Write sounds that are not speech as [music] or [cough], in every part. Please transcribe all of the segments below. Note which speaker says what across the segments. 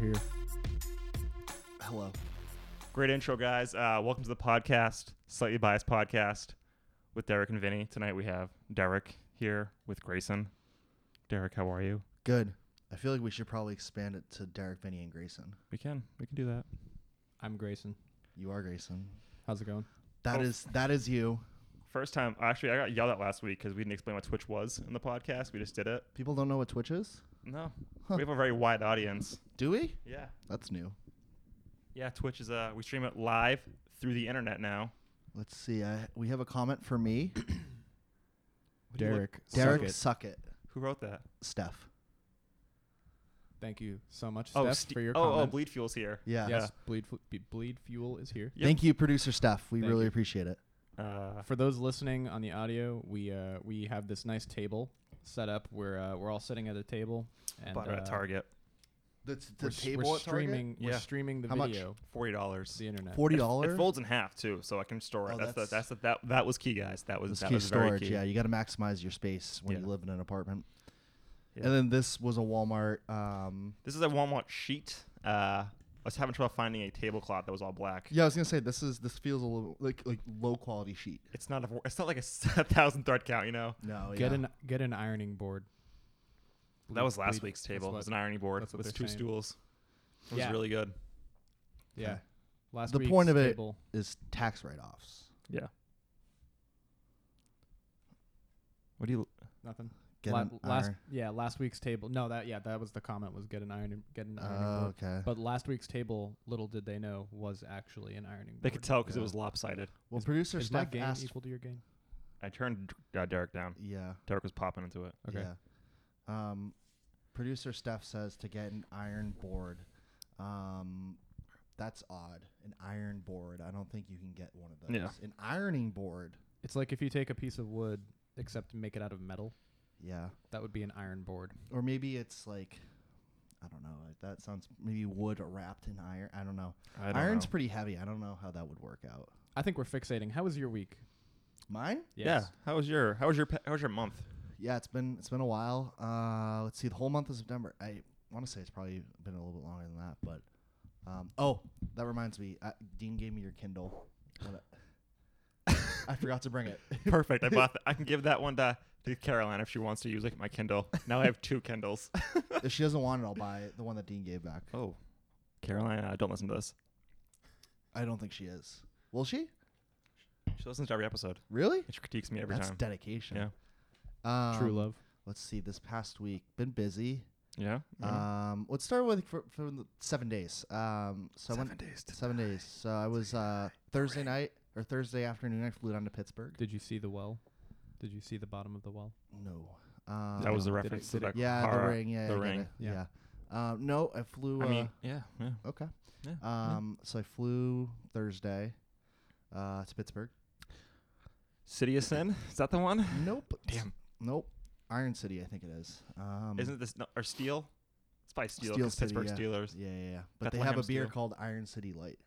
Speaker 1: here.
Speaker 2: Hello.
Speaker 3: Great intro, guys. Uh, welcome to the podcast, Slightly Biased Podcast, with Derek and Vinny. Tonight we have Derek here with Grayson. Derek, how are you?
Speaker 2: Good. I feel like we should probably expand it to Derek, Vinny, and Grayson.
Speaker 3: We can. We can do that.
Speaker 1: I'm Grayson.
Speaker 2: You are Grayson.
Speaker 1: How's it going?
Speaker 2: That
Speaker 3: Oh.
Speaker 2: is that is you.
Speaker 3: First time, actually, I got yelled at last week because we didn't explain what Twitch was in the podcast. We just did it.
Speaker 2: People don't know what Twitch is.
Speaker 3: No.
Speaker 2: Huh.
Speaker 3: We have a very wide audience.
Speaker 2: Do we?
Speaker 3: Yeah.
Speaker 2: That's new.
Speaker 3: Yeah, Twitch is, uh, we stream it live through the internet now.
Speaker 2: Let's see. I, we have a comment for me.
Speaker 3: What do you look-
Speaker 1: Derek. suck
Speaker 2: Derek
Speaker 1: it.
Speaker 2: Suckett.
Speaker 3: Who wrote that?
Speaker 2: Steph.
Speaker 1: Thank you so much,
Speaker 3: oh,
Speaker 1: Steph,
Speaker 3: Ste-
Speaker 1: for your
Speaker 3: oh, oh,
Speaker 1: comment.
Speaker 3: Bleed Fuel's here.
Speaker 2: Yeah.
Speaker 1: Yes, bleed, Fu- Be- bleed fuel is here.
Speaker 3: Yep.
Speaker 2: Thank you, producer Steph. We
Speaker 1: Thank
Speaker 2: really
Speaker 1: you.
Speaker 2: appreciate it.
Speaker 3: Uh,
Speaker 1: For those listening on the audio, we uh, we have this nice table set up. We're uh, we're all sitting at a table, and
Speaker 3: bought it
Speaker 1: uh,
Speaker 3: at Target.
Speaker 2: That's
Speaker 1: we're, s- we're streaming.
Speaker 3: Yeah.
Speaker 1: We're streaming the
Speaker 2: How much?
Speaker 1: video to
Speaker 3: $40.
Speaker 1: the internet.
Speaker 2: Forty
Speaker 3: It
Speaker 2: dollars.
Speaker 3: folds in half too, so I can store it.
Speaker 2: Oh,
Speaker 3: that's,
Speaker 2: that's-
Speaker 3: the, that's the, that that was key, guys. That was
Speaker 2: This
Speaker 3: that
Speaker 2: key
Speaker 3: was very
Speaker 2: storage.
Speaker 3: key.
Speaker 2: Yeah, you got to maximize your space when you
Speaker 3: Yeah.
Speaker 2: live in an apartment.
Speaker 3: Yeah.
Speaker 2: And then this was a Walmart. Um,
Speaker 3: This is a Walmart sheet. Uh, I was having trouble finding a tablecloth that was all black.
Speaker 2: yeah, I was gonna say this is this feels a little like like low quality sheet.
Speaker 3: It's not a it's not like [laughs] a thousand thread count, you know.
Speaker 2: No,
Speaker 1: Get an get an ironing board.
Speaker 3: That was last
Speaker 1: Bleed-
Speaker 3: week's table.
Speaker 1: what-
Speaker 3: it was an ironing board
Speaker 1: that's what
Speaker 3: with
Speaker 1: they're
Speaker 3: two
Speaker 1: saying.
Speaker 3: stools. It was
Speaker 1: Yeah.
Speaker 3: really good.
Speaker 1: Yeah.
Speaker 2: Okay.
Speaker 1: Last
Speaker 2: The
Speaker 1: week's
Speaker 2: point of it-
Speaker 1: table.
Speaker 2: is tax write offs.
Speaker 3: Yeah. What do you?
Speaker 1: Nothing.
Speaker 2: Get
Speaker 1: La-
Speaker 2: an
Speaker 1: last
Speaker 2: iron-
Speaker 1: yeah, last week's table. No, that yeah, that was the comment was get an iron get an ironing
Speaker 2: Oh,
Speaker 1: board.
Speaker 2: okay.
Speaker 1: But last week's table, little did they know, was actually an ironing board.
Speaker 3: They could tell because
Speaker 2: Yeah.
Speaker 3: it was lopsided.
Speaker 2: well,
Speaker 1: is-
Speaker 2: producer
Speaker 1: Is my
Speaker 2: Steph
Speaker 1: game
Speaker 2: asked.
Speaker 1: equal to your game?
Speaker 3: I turned uh, Derek down.
Speaker 2: Yeah.
Speaker 3: Derek was popping into it.
Speaker 1: Okay.
Speaker 2: Yeah. Um, producer Steph says to get an iron board. Um, that's odd. An iron board. I don't think you can get one of those.
Speaker 3: Yeah.
Speaker 2: An ironing board.
Speaker 1: It's like if you take a piece of wood, except make it out of metal.
Speaker 2: Yeah.
Speaker 1: That would be an iron board.
Speaker 2: Or maybe it's like, I don't know. like That sounds maybe wood wrapped in iron. I don't know.
Speaker 3: I don't
Speaker 2: Iron's
Speaker 3: know.
Speaker 2: pretty heavy. I don't know how that would work out.
Speaker 1: I think we're fixating. How was your week?
Speaker 2: Mine?
Speaker 1: Yes.
Speaker 3: Yeah. How was your How was your pe- How was your month?
Speaker 2: Yeah, it's been it's been a while. Uh, let's see, the whole month of September. I want to say it's probably been a little bit longer than that, but um, oh, that reminds me, uh, Dean gave me your Kindle. What a- [laughs] I forgot to bring it.
Speaker 3: Perfect. I bought. That. I can give that one to to Caroline if she wants to use like my Kindle. Now I have two Kindles.
Speaker 2: if she doesn't want it, I'll buy it, the one that Dean gave back.
Speaker 3: Oh, Caroline, uh, don't listen to this.
Speaker 2: I don't think she is. Will she?
Speaker 3: She listens to every episode.
Speaker 2: Really?
Speaker 3: And she critiques me every
Speaker 2: That's
Speaker 3: time.
Speaker 2: dedication.
Speaker 3: Yeah.
Speaker 2: Um,
Speaker 1: True love.
Speaker 2: Let's see. This past week, been busy.
Speaker 3: Yeah. Mm-hmm.
Speaker 2: Um, let's start with for, for the seven days. Um, so I went-
Speaker 3: days.
Speaker 2: Seven days. So I was uh, Thursday night or Thursday afternoon. I flew down to Pittsburgh.
Speaker 1: Did you see the well? Did you see the bottom of the well?
Speaker 2: No. Um,
Speaker 3: That was the
Speaker 1: Did it-
Speaker 3: reference to
Speaker 1: did it-
Speaker 3: that.
Speaker 2: yeah,
Speaker 3: horror-
Speaker 2: the ring. Yeah,
Speaker 3: The
Speaker 2: I get
Speaker 3: ring.
Speaker 2: it, Yeah.
Speaker 1: Yeah.
Speaker 2: Um, no, I flew.
Speaker 3: I
Speaker 2: uh,
Speaker 3: mean, yeah, yeah.
Speaker 2: okay.
Speaker 3: yeah, yeah.
Speaker 2: Um, so I flew Thursday uh, to Pittsburgh.
Speaker 3: City of
Speaker 2: [laughs]
Speaker 3: Sin. Is that the one?
Speaker 2: Nope.
Speaker 3: Damn.
Speaker 2: Nope. Iron City, I think it is. Um,
Speaker 3: Isn't this no, or Steel? It's by Steel.
Speaker 2: Steel
Speaker 3: 'cause
Speaker 2: City,
Speaker 3: Pittsburgh
Speaker 2: yeah.
Speaker 3: Steelers.
Speaker 2: Yeah, yeah, yeah. But they
Speaker 3: Bethlehem
Speaker 2: have a beer
Speaker 3: Steel.
Speaker 2: called Iron City Light.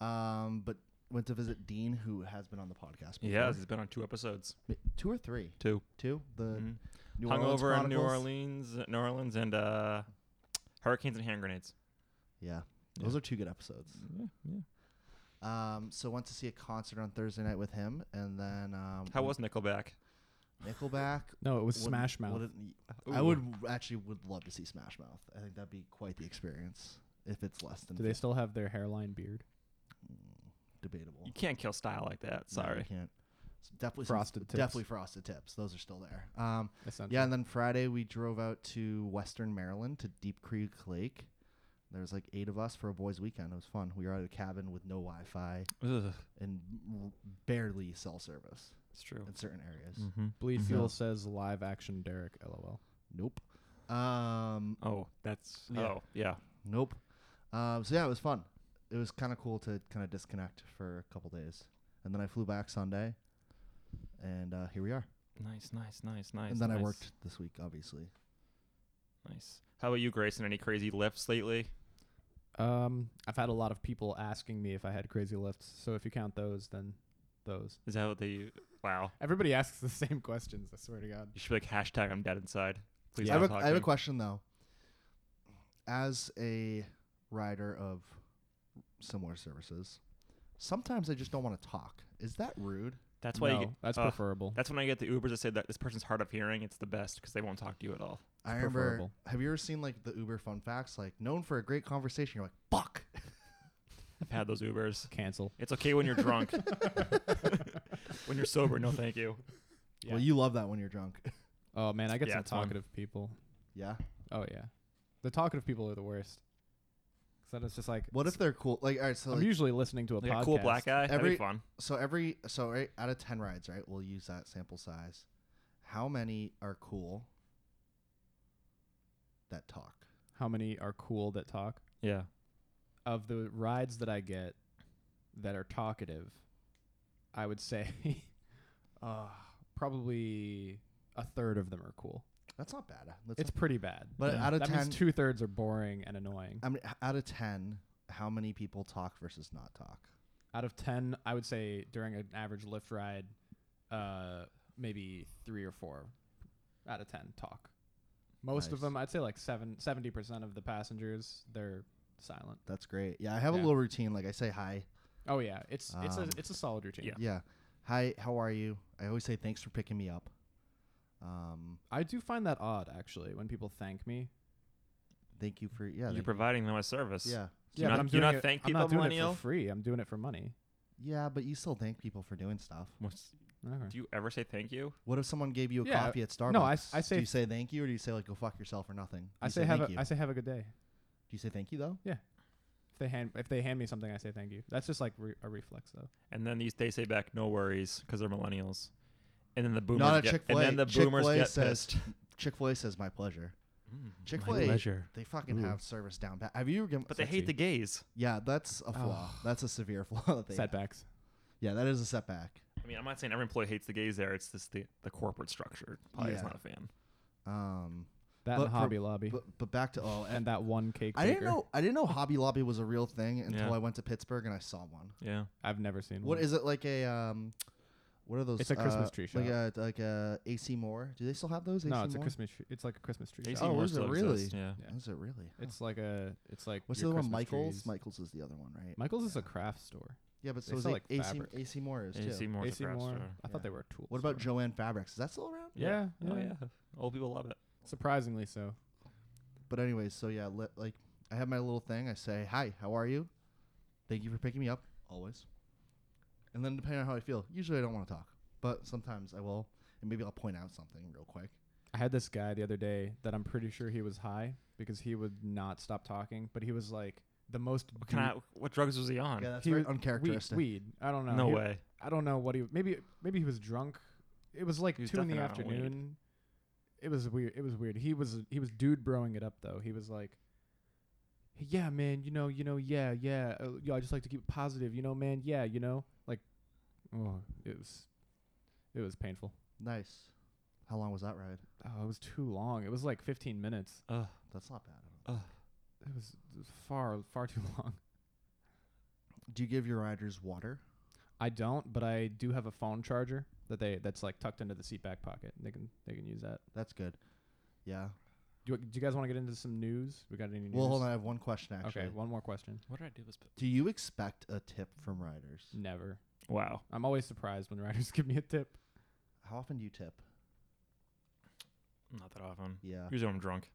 Speaker 2: Um, but went to visit Dean, who has been on the podcast. Before.
Speaker 3: Yeah, it's been on two episodes.
Speaker 2: Ma- two or three.
Speaker 3: Two.
Speaker 2: Two. The
Speaker 3: Mhm.
Speaker 2: New Orleans
Speaker 3: Hungover in New
Speaker 2: Chronicles.
Speaker 3: Orleans, New Orleans, and uh, hurricanes and hand grenades.
Speaker 2: Yeah.
Speaker 3: Yeah.
Speaker 2: Those are two good episodes.
Speaker 3: Yeah, yeah.
Speaker 2: Um, so went to see a concert on Thursday night with him, and then um,
Speaker 3: How was Nickelback?
Speaker 2: Nickelback?
Speaker 1: No, it was
Speaker 2: Would-
Speaker 1: Smash Mouth.
Speaker 2: wouldn't- I
Speaker 3: Ooh.
Speaker 2: would actually would love to see Smash Mouth. I think that'd be quite the experience if it's less than
Speaker 1: Do they
Speaker 2: fif-
Speaker 1: still have their hairline beard?
Speaker 2: Mm, debatable.
Speaker 3: You can't kill style like that.
Speaker 2: No, you
Speaker 3: Sorry.
Speaker 2: can't. S- definitely some-
Speaker 1: Frosted tips.
Speaker 2: Definitely frosted tips. Those are still there. Um,
Speaker 1: Essentially.
Speaker 2: yeah, and then Friday we drove out to Western Maryland to Deep Creek Lake. There was like eight of us for a boys' weekend. It was fun. We were at a cabin with no Wi-Fi
Speaker 3: Ugh,
Speaker 2: and r- barely cell service
Speaker 3: it's true.
Speaker 2: in certain areas.
Speaker 3: Mm-hmm.
Speaker 1: Bleed
Speaker 2: Mhm.
Speaker 1: Fuel says live action Derek. LOL.
Speaker 2: Nope. Um,
Speaker 3: Oh, that's
Speaker 2: Yeah.
Speaker 3: oh yeah.
Speaker 2: nope. Um, so yeah, it was fun. It was kind of cool to kind of disconnect for a couple days, and then I flew back Sunday, and uh, here we are.
Speaker 3: Nice, nice, nice, nice.
Speaker 2: and then I
Speaker 3: nice,
Speaker 2: worked this week, obviously.
Speaker 3: Nice. How about you, Grayson? Any crazy lifts lately?
Speaker 1: Um, I've had a lot of people asking me if I had crazy lifts. So if you count those, then those.
Speaker 3: Is that what they? Wow.
Speaker 1: Everybody asks the [laughs] same questions. I swear to God.
Speaker 3: You should be like hashtag I'm dead inside. Please
Speaker 2: I,
Speaker 3: stop
Speaker 2: have a, I have a
Speaker 3: talking.
Speaker 2: question though. as a rider of similar services, sometimes I just don't want to talk. Is that rude?
Speaker 3: That's why.
Speaker 1: no,
Speaker 3: you get,
Speaker 1: that's
Speaker 3: uh,
Speaker 1: preferable.
Speaker 3: That's when I get the Ubers that say that this person's hard of hearing. It's the best because they won't talk to you at all.
Speaker 2: I remember.
Speaker 1: preferable.
Speaker 2: Have you ever seen like the Uber fun facts? Like known for a great conversation. You're like, fuck.
Speaker 3: I've had those Ubers.
Speaker 1: [laughs] Cancel.
Speaker 3: It's okay when you're
Speaker 2: [laughs]
Speaker 1: [laughs]
Speaker 3: drunk. when you're sober, no thank you.
Speaker 2: Well,
Speaker 1: Yeah.
Speaker 2: you love that when you're drunk. [laughs]
Speaker 1: Oh man, I get
Speaker 3: Yeah,
Speaker 1: some
Speaker 3: it's fun.
Speaker 1: talkative people.
Speaker 2: yeah.
Speaker 1: Oh yeah, the talkative people are the worst. Cause then it's just like
Speaker 2: What if they're cool? Like, all right. So
Speaker 1: I'm
Speaker 2: like,
Speaker 1: usually listening to a
Speaker 3: Like
Speaker 1: podcast.
Speaker 3: a cool black guy. That'd be
Speaker 2: Every-
Speaker 3: fun.
Speaker 2: so every so right out of ten rides, right? We'll use that sample size. How many are cool? That talk.
Speaker 1: How many are cool that talk?
Speaker 3: Yeah.
Speaker 1: Of the rides that I get that are talkative, I would say [laughs] uh, probably a third of them are cool.
Speaker 2: That's not bad. That's
Speaker 1: It's pretty bad.
Speaker 2: But
Speaker 1: Yeah.
Speaker 2: out of
Speaker 1: that
Speaker 2: 10
Speaker 1: means two thirds are boring and annoying.
Speaker 2: I mean, h- out of ten, how many people talk versus not talk?
Speaker 1: out of 10 i would say during an average lift ride uh maybe three or four out of 10 talk most of
Speaker 2: Nice.
Speaker 1: them i'd say like seven, 70% of the passengers they're silent
Speaker 2: That's great. Yeah, I have a
Speaker 1: Yeah.
Speaker 2: little routine. Like I say hi.
Speaker 1: oh yeah it's it's a
Speaker 2: Um,
Speaker 1: it's a solid routine
Speaker 3: yeah.
Speaker 2: Yeah. Hi, how are you? I always say thanks for picking me up. Um,
Speaker 1: i do find that odd actually when people thank me
Speaker 2: thank you for yeah.
Speaker 3: You're
Speaker 2: thank-
Speaker 3: providing them a service.
Speaker 2: yeah.
Speaker 3: You're not-
Speaker 1: but I'm
Speaker 3: you
Speaker 1: doing
Speaker 3: not
Speaker 1: it,
Speaker 3: thank
Speaker 1: I'm not
Speaker 3: people,
Speaker 1: doing
Speaker 3: millennial?
Speaker 1: it for free i'm doing it for money
Speaker 2: Yeah, but you still thank people for doing stuff.
Speaker 3: What's-
Speaker 1: okay.
Speaker 3: Do you ever say thank you?
Speaker 2: What if someone gave you a
Speaker 1: Yeah,
Speaker 2: coffee at Starbucks?
Speaker 1: no, I s- I
Speaker 2: do
Speaker 1: say-
Speaker 2: you say thank you or do you say like go fuck yourself or nothing?
Speaker 1: i
Speaker 2: You
Speaker 1: say have a
Speaker 2: thank
Speaker 1: I
Speaker 2: you.
Speaker 1: say have a good day
Speaker 2: do you say thank you though?
Speaker 1: if they hand if they hand me something i say thank you that's just like re- a reflex though
Speaker 3: And then these, they say back, no worries, because they're millennials. And then the boomers
Speaker 2: Not at
Speaker 3: get,
Speaker 2: Chick-fil-A.
Speaker 3: and then the boomers
Speaker 2: Chick-fil-A
Speaker 3: get
Speaker 2: says- [laughs]
Speaker 3: pissed. Mm.
Speaker 2: Chick Fil A says my pleasure. Chick Fil
Speaker 3: My
Speaker 2: A,
Speaker 3: pleasure.
Speaker 2: they fucking
Speaker 1: Ooh.
Speaker 2: have service down. pat. Have you ever given?
Speaker 3: But they hate the gays.
Speaker 2: Yeah, that's a flaw. That's a severe [laughs] flaw. That they have.
Speaker 1: setbacks
Speaker 2: Yeah, that is a setback.
Speaker 3: I mean, I'm not saying every employee hates the gays there. It's just the, the corporate structure. Probably is
Speaker 2: Yeah.
Speaker 3: not a fan.
Speaker 2: Um,
Speaker 1: that
Speaker 2: But
Speaker 1: and
Speaker 2: for-
Speaker 1: hobby lobby
Speaker 2: but, but back
Speaker 3: [laughs]
Speaker 2: to oh, and
Speaker 1: and that one cake
Speaker 2: I didn't
Speaker 1: baker.
Speaker 2: know I didn't know Hobby Lobby was a real thing until
Speaker 3: Yeah.
Speaker 2: I went to Pittsburgh and I saw one.
Speaker 3: Yeah.
Speaker 1: I've never seen
Speaker 2: What
Speaker 1: one.
Speaker 2: is it like a um? What are those?
Speaker 1: Mm. It's a Christmas
Speaker 2: uh,
Speaker 1: tree
Speaker 2: Like a
Speaker 1: shop.
Speaker 2: like a AC Moore. Do they still have those? AC
Speaker 1: No, it's a
Speaker 2: Moore?
Speaker 1: Christmas. Tree, it's like a Christmas tree.
Speaker 3: AC
Speaker 1: shop.
Speaker 2: Oh,
Speaker 3: Moore
Speaker 2: is it
Speaker 3: still
Speaker 2: really?
Speaker 3: exists, Yeah.
Speaker 1: Yeah.
Speaker 2: Is it really? Huh.
Speaker 1: It's like a. It's like
Speaker 2: What's
Speaker 1: your
Speaker 2: the other one?
Speaker 1: Christmas
Speaker 2: Michaels.
Speaker 1: trees.
Speaker 2: Michaels is the other one, right?
Speaker 1: Michaels is a
Speaker 2: Yeah.
Speaker 1: craft store.
Speaker 2: yeah, but
Speaker 1: they
Speaker 2: so is
Speaker 1: sell,
Speaker 2: like
Speaker 1: like,
Speaker 2: AC
Speaker 1: fabric.
Speaker 2: AC Moore is
Speaker 3: AC
Speaker 2: too.
Speaker 3: Moore's
Speaker 1: AC
Speaker 3: a craft
Speaker 1: Moore.
Speaker 3: store.
Speaker 1: I
Speaker 2: Yeah.
Speaker 1: thought they were a tool.
Speaker 2: What about
Speaker 1: store.
Speaker 2: Joanne Fabrics? Is that still around?
Speaker 1: Yeah.
Speaker 3: Oh,
Speaker 1: yeah.
Speaker 3: yeah. Old people love it.
Speaker 1: Surprisingly so.
Speaker 2: But anyways, so yeah, li- like I have my little thing. I say hi, how are you? Thank you for picking me up always. And then depending on how I feel, usually I don't want to talk, but sometimes I will, and maybe I'll point out something real quick.
Speaker 1: I had this guy the other day that I'm pretty sure he was high because he would not stop talking, but he was like the most.
Speaker 3: What, can I, what drugs was he on?
Speaker 2: Yeah, that's
Speaker 1: He
Speaker 2: very
Speaker 1: was-
Speaker 2: uncharacteristic.
Speaker 1: Weed, weed. I don't know.
Speaker 3: no
Speaker 1: He-
Speaker 3: way.
Speaker 1: I don't know what he maybe maybe he was drunk. It was like
Speaker 3: He was
Speaker 1: two in the
Speaker 3: definitely on weed.
Speaker 1: afternoon. It was weird. It was weird. He was he was dude broing it up though. He was like, "Yeah, man, you know, you know, yeah, yeah, uh, yo, I just like to keep it positive, you know, man, yeah, you know." Like, oh, it was, it was painful.
Speaker 2: Nice. How long was that ride?
Speaker 1: Oh, it was too long. It was like 15 minutes.
Speaker 3: Ugh.
Speaker 2: That's not bad.
Speaker 1: It was, it was far far [laughs] too long.
Speaker 2: Do you give your riders water?
Speaker 1: I don't, but I do have a phone charger that they that's like tucked into the seat back pocket. They can they can use that.
Speaker 2: That's good. Yeah.
Speaker 1: Do you, do you guys want to get into some news? We got any news?
Speaker 2: Well, hold on. I have one question actually.
Speaker 1: Okay, one more question.
Speaker 3: What did I do? This p-
Speaker 2: Do you expect a tip from riders?
Speaker 1: Never.
Speaker 3: wow.
Speaker 1: I'm always surprised when writers [laughs] give me a tip.
Speaker 2: How often do you tip?
Speaker 3: Not that often.
Speaker 2: Yeah.
Speaker 3: Usually I'm drunk.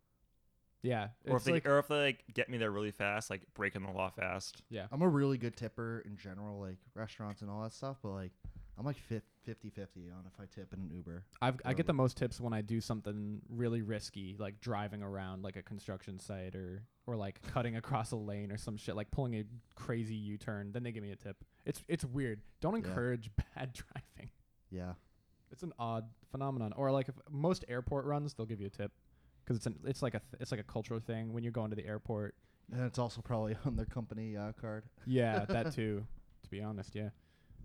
Speaker 1: Yeah.
Speaker 3: or if
Speaker 1: it's
Speaker 3: they
Speaker 1: like-
Speaker 3: or if they like get me there really fast, like breaking the law fast.
Speaker 1: yeah.
Speaker 2: I'm a really good tipper in general, like restaurants and all that stuff, but like I'm like 50 50 on if I tip in an Uber.
Speaker 1: I've, I
Speaker 2: Totally.
Speaker 3: Um,
Speaker 1: get the most tips when I do something really risky, like driving around like a construction site or or like cutting [laughs] across a lane or some shit, like pulling a crazy U-turn. Then they give me a tip. It's it's weird. Don't
Speaker 2: Yeah.
Speaker 1: encourage [laughs] bad driving.
Speaker 2: Yeah.
Speaker 1: It's an odd phenomenon. Or like if most airport runs, they'll give you a tip because it's an it's like a th- it's like a cultural thing when you're going to the airport.
Speaker 2: And it's also probably [laughs] on their company uh, card.
Speaker 1: Yeah, that too. To be honest, yeah.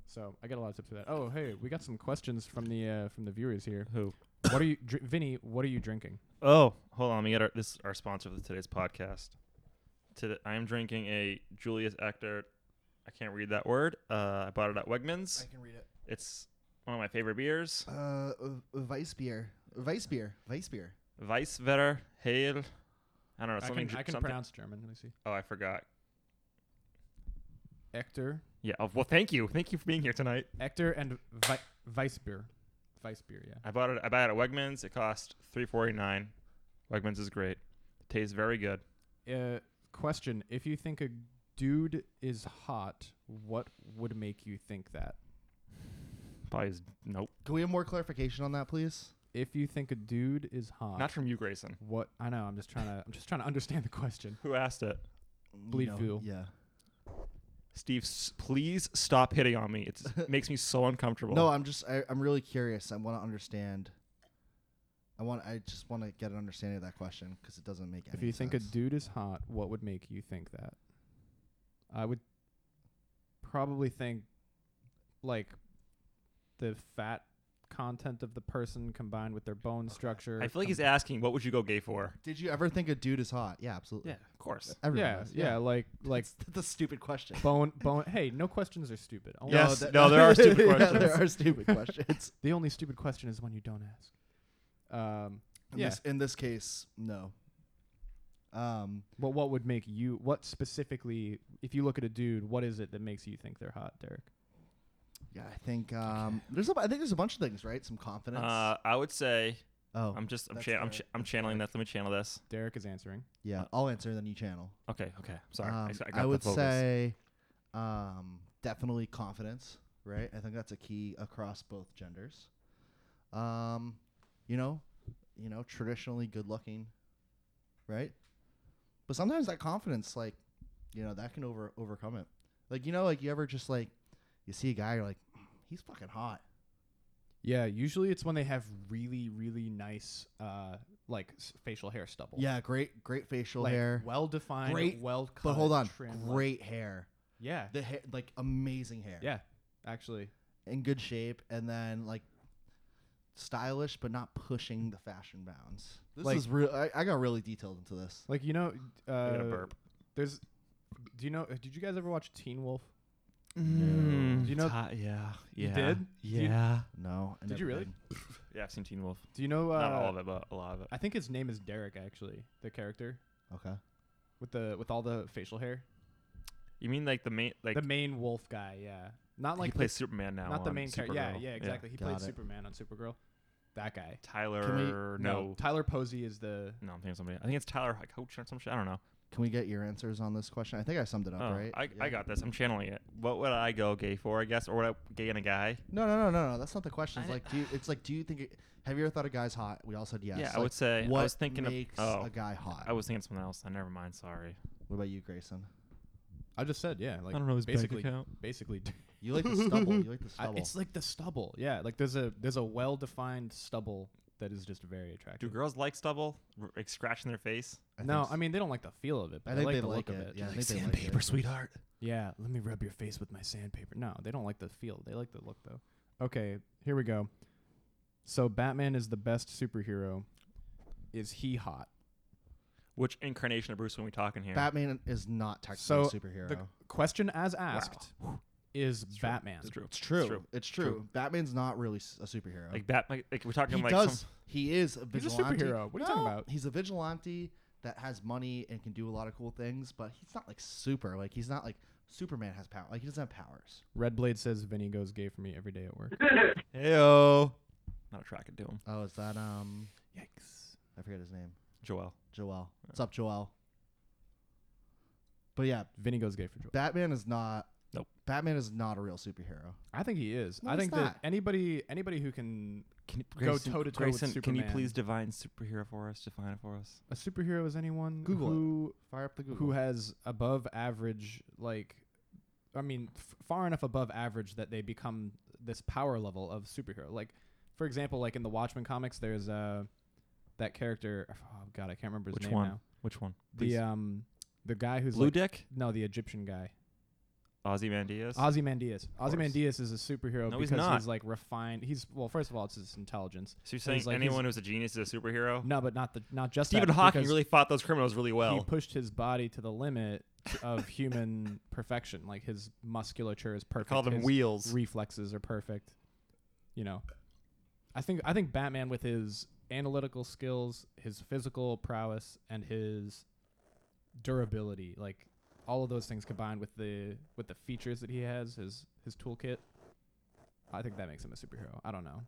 Speaker 1: So I get a lot of tips for that. Oh, hey, we got some questions from the uh, from the viewers here.
Speaker 3: Who?
Speaker 1: What are you, dr- Vinny? What are you drinking?
Speaker 3: Oh, hold on. Let me get our, this is our sponsor for today's podcast. Today, I am drinking a Julius Ector. I can't read that word. Uh, I bought it at Wegmans.
Speaker 2: can read it.
Speaker 3: It's one of my favorite beers.
Speaker 2: Uh, Weiss beer. Weiss beer. Weiss beer.
Speaker 3: Weisswetter Hail I don't know.
Speaker 1: I
Speaker 3: Uh, Something.
Speaker 1: can,
Speaker 3: Ge-
Speaker 1: I can
Speaker 3: something-
Speaker 1: pronounce German. Let me see.
Speaker 3: oh, I forgot.
Speaker 1: Ector,
Speaker 3: Yeah. Oh, well, thank you. Thank you for being here tonight.
Speaker 1: Ector, and Vi- Weissbier. Weissbier, yeah.
Speaker 3: I bought it. I bought it at Wegmans. It cost three forty nine. Wegmans is great. It tastes very good.
Speaker 1: Uh, question: If you think a dude is hot, what would make you think that?
Speaker 3: Probably is nope.
Speaker 2: Can we have more clarification on that, please?
Speaker 1: If you think a dude is hot,
Speaker 3: Not from you, Grayson.
Speaker 1: what I know, I'm just trying to, I'm just trying to understand the question.
Speaker 3: Who asked it?
Speaker 2: You
Speaker 1: Bleed
Speaker 2: know,
Speaker 1: fuel.
Speaker 2: Yeah.
Speaker 3: Steve, s- please stop hitting on me. It's- It makes me
Speaker 2: [laughs]
Speaker 3: so uncomfortable.
Speaker 2: No, I'm just I, I'm really curious. I want to understand. I want I just want to get an understanding of that question because it doesn't make any
Speaker 1: If you think a
Speaker 2: sense.
Speaker 1: dude is hot, what would make you think that? I would probably think like the fat content of the person combined with their bone structure.
Speaker 3: I feel like he's
Speaker 1: com-
Speaker 3: asking, what would you go gay for?
Speaker 2: Did you ever think a dude is hot? Yeah, absolutely.
Speaker 3: of course.
Speaker 2: Everyone
Speaker 1: yeah,
Speaker 2: does,
Speaker 3: [laughs]
Speaker 1: yeah, like like
Speaker 2: [laughs] That's the stupid
Speaker 1: [laughs]
Speaker 2: question.
Speaker 1: bone bone. Hey, no questions are stupid. Only
Speaker 3: Yes,
Speaker 2: that-
Speaker 3: no, there
Speaker 2: [laughs]
Speaker 3: are
Speaker 1: [laughs]
Speaker 3: stupid
Speaker 2: yeah, there
Speaker 3: questions.
Speaker 2: are stupid questions.
Speaker 1: The only stupid question is one you don't ask. Um,
Speaker 2: In,
Speaker 1: Yeah.
Speaker 2: this, in this case, no. Um,
Speaker 1: but what would make you? What specifically, if you look at a dude, what is it that makes you think they're hot, Derek?
Speaker 2: yeah, I think um, there's a, I think there's a bunch of things, right? Some confidence.
Speaker 3: Uh, I would say
Speaker 2: oh,
Speaker 3: I'm just I'm
Speaker 2: that's
Speaker 3: cha- I'm,
Speaker 2: Derek.
Speaker 3: ch- I'm channeling that. Let me channel this.
Speaker 1: Derek is answering.
Speaker 2: yeah. I'll answer, then you channel.
Speaker 3: Okay, okay. Sorry,
Speaker 2: Um,
Speaker 3: I, s- I got
Speaker 2: I
Speaker 3: the
Speaker 2: would
Speaker 3: vocals.
Speaker 2: say um, definitely confidence, right? I think that's a key across both genders. Um, you know, you know, traditionally good looking, right? But sometimes that confidence, like, you know, that can over overcome it. Like, you know, like you ever just like you see a guy, you're like, "Mm, he's fucking hot.
Speaker 1: Yeah, usually it's when they have really, really nice, uh, like s- facial hair stubble.
Speaker 2: Yeah, great, great facial
Speaker 1: like,
Speaker 2: hair.
Speaker 1: well defined,
Speaker 2: Great,
Speaker 1: well cut.
Speaker 2: but hold on,
Speaker 1: trim, like-
Speaker 2: great hair.
Speaker 1: yeah,
Speaker 2: The hair, like amazing hair.
Speaker 1: yeah. Actually,
Speaker 2: in good shape and then like stylish but not pushing the fashion bounds. This
Speaker 1: Like-
Speaker 2: is real I, I got really detailed into this.
Speaker 1: like you know, uh,
Speaker 3: I got a burp.
Speaker 1: there's. Do you know? uh, Did you guys ever watch Teen Wolf?
Speaker 3: Mm,
Speaker 1: Do you know-
Speaker 3: ti- yeah,
Speaker 1: You
Speaker 3: yeah.
Speaker 1: did? Do you-
Speaker 3: Yeah.
Speaker 2: No. I
Speaker 1: Did you
Speaker 2: never
Speaker 1: really?
Speaker 2: did.
Speaker 3: Yeah, I've seen Teen Wolf.
Speaker 1: Do you know? Uh,
Speaker 3: Not all of it, but a lot of it.
Speaker 1: I think his name is Derek. Actually, the character
Speaker 2: Okay.
Speaker 1: with the with all the facial hair.
Speaker 3: You mean like the main like,
Speaker 1: the main wolf guy, yeah. Not like
Speaker 3: he plays Superman now?
Speaker 1: not the
Speaker 3: on
Speaker 1: main character. Yeah,
Speaker 3: Supergirl.
Speaker 1: yeah, exactly. He played
Speaker 2: Got it.
Speaker 1: Superman on Supergirl. That guy. Can we-
Speaker 3: Tyler. no.
Speaker 1: Tyler Posey is the
Speaker 3: No, I'm thinking of somebody. I think it's Tyler like, Coach or some shit. I don't know.
Speaker 2: Can we get your answers on this question? I think I summed it up,
Speaker 3: Oh,
Speaker 2: right?
Speaker 3: I, I
Speaker 2: Yeah.
Speaker 3: got this. I'm channeling it. What would I go gay for? I guess, or would I gay and a guy?
Speaker 2: No, no, no, no, no. That's not the question. It's
Speaker 3: I
Speaker 2: like do you, it's like do you think it, have you ever thought a guy's hot? We all said yes.
Speaker 3: yeah, I
Speaker 2: Like,
Speaker 3: would say.
Speaker 2: what
Speaker 3: I was thinking
Speaker 2: makes
Speaker 3: of. Oh,
Speaker 2: a guy hot?
Speaker 3: I was thinking of something else. I never mind. Sorry.
Speaker 2: what about you, Grayson?
Speaker 1: I just said, yeah, like
Speaker 3: I don't know his
Speaker 1: basically
Speaker 3: bank account.
Speaker 1: basically
Speaker 2: You like the stubble. You
Speaker 3: [laughs]
Speaker 2: like the
Speaker 1: I-
Speaker 2: stubble.
Speaker 1: it's like the stubble. Yeah, like there's a there's a well-defined stubble that is just very
Speaker 3: Do
Speaker 1: attractive.
Speaker 3: girls like stubble? R- like scratching their face?
Speaker 2: think
Speaker 1: no,
Speaker 2: s-
Speaker 1: I mean they don't like the feel of it, but
Speaker 2: I
Speaker 1: they
Speaker 2: think
Speaker 1: like
Speaker 2: they
Speaker 1: the
Speaker 2: like
Speaker 1: look
Speaker 2: it.
Speaker 1: of it.
Speaker 2: Yeah, I think they like it.
Speaker 3: sweetheart.
Speaker 1: Yeah, let me rub your face with my sandpaper. No, they don't like the feel. They like the look though. Okay, here we go. So Batman is the best superhero. Is he hot?
Speaker 3: Which incarnation of Bruce Wayne we talking here?
Speaker 2: Batman is not technically
Speaker 1: So,
Speaker 2: a superhero.
Speaker 1: The question as asked is Batman.
Speaker 3: It's true.
Speaker 2: It's true. It's
Speaker 3: It's
Speaker 2: true.
Speaker 3: true.
Speaker 2: Batman's not really s- a superhero.
Speaker 3: Like Bat, like, like we're talking
Speaker 2: he
Speaker 3: like
Speaker 2: does.
Speaker 3: some
Speaker 2: he is a
Speaker 1: He's a
Speaker 2: vigilante.
Speaker 1: superhero. What are you talking about?
Speaker 2: He's a vigilante that has money and can do a lot of cool things, but he's not like super. Like he's not like Superman has power. Like he doesn't have powers.
Speaker 1: Red Blade says Vinny goes gay for me every day at work.
Speaker 2: [laughs]
Speaker 3: heyo. Not attracted to him.
Speaker 2: Oh, is that um?
Speaker 1: Yikes.
Speaker 2: I forget his name.
Speaker 3: Joel.
Speaker 2: Joel. What's up, Joel? But yeah,
Speaker 1: Vinny goes gay for Joel.
Speaker 2: Batman is not.
Speaker 3: Nope.
Speaker 2: Batman is not a real superhero.
Speaker 1: I think he is.
Speaker 2: No,
Speaker 1: I
Speaker 2: he's
Speaker 1: think
Speaker 2: not.
Speaker 1: that anybody anybody who can
Speaker 3: Can you,
Speaker 1: Go toe-to-toe with
Speaker 3: Grayson, Can you
Speaker 1: Superman.
Speaker 3: please divine superhero for us? Define it for us.
Speaker 1: a superhero is anyone
Speaker 2: Google it.
Speaker 1: who
Speaker 2: Fire up the Google.
Speaker 1: who has above average like I mean f- far enough above average that they become this power level of superhero. Like for example, like in the Watchmen comics there's uh that character oh god, I can't remember his
Speaker 3: Which
Speaker 1: name
Speaker 3: one?
Speaker 1: now.
Speaker 3: Which one?
Speaker 1: The um the guy who's
Speaker 3: Blue
Speaker 1: like,
Speaker 3: Dick.
Speaker 1: no, the Egyptian guy.
Speaker 3: Ozzy Mandias.
Speaker 1: Ozymandias.
Speaker 3: course.
Speaker 1: Ozymandias is a superhero
Speaker 3: No,
Speaker 1: because
Speaker 3: he's
Speaker 1: he's,
Speaker 3: not.
Speaker 1: like refined. He's well, first of all, it's his intelligence.
Speaker 3: so you're
Speaker 1: so he's
Speaker 3: saying
Speaker 1: like- he's-
Speaker 3: anyone who's a genius is a superhero?
Speaker 1: No, but not the not just
Speaker 3: Oh. Stephen
Speaker 1: that,
Speaker 3: Hawking
Speaker 1: because
Speaker 3: really fought those criminals really
Speaker 1: He
Speaker 3: well.
Speaker 1: pushed his body to the limit of human [laughs] perfection. Like his musculature is perfect.
Speaker 3: Call them
Speaker 1: his
Speaker 3: wheels.
Speaker 1: Reflexes are perfect. You know, I think I think Batman with his analytical skills, his physical prowess, and his durability. Like all of those things combined with the with the features that he has, his his toolkit. I think that makes him a superhero. I don't know.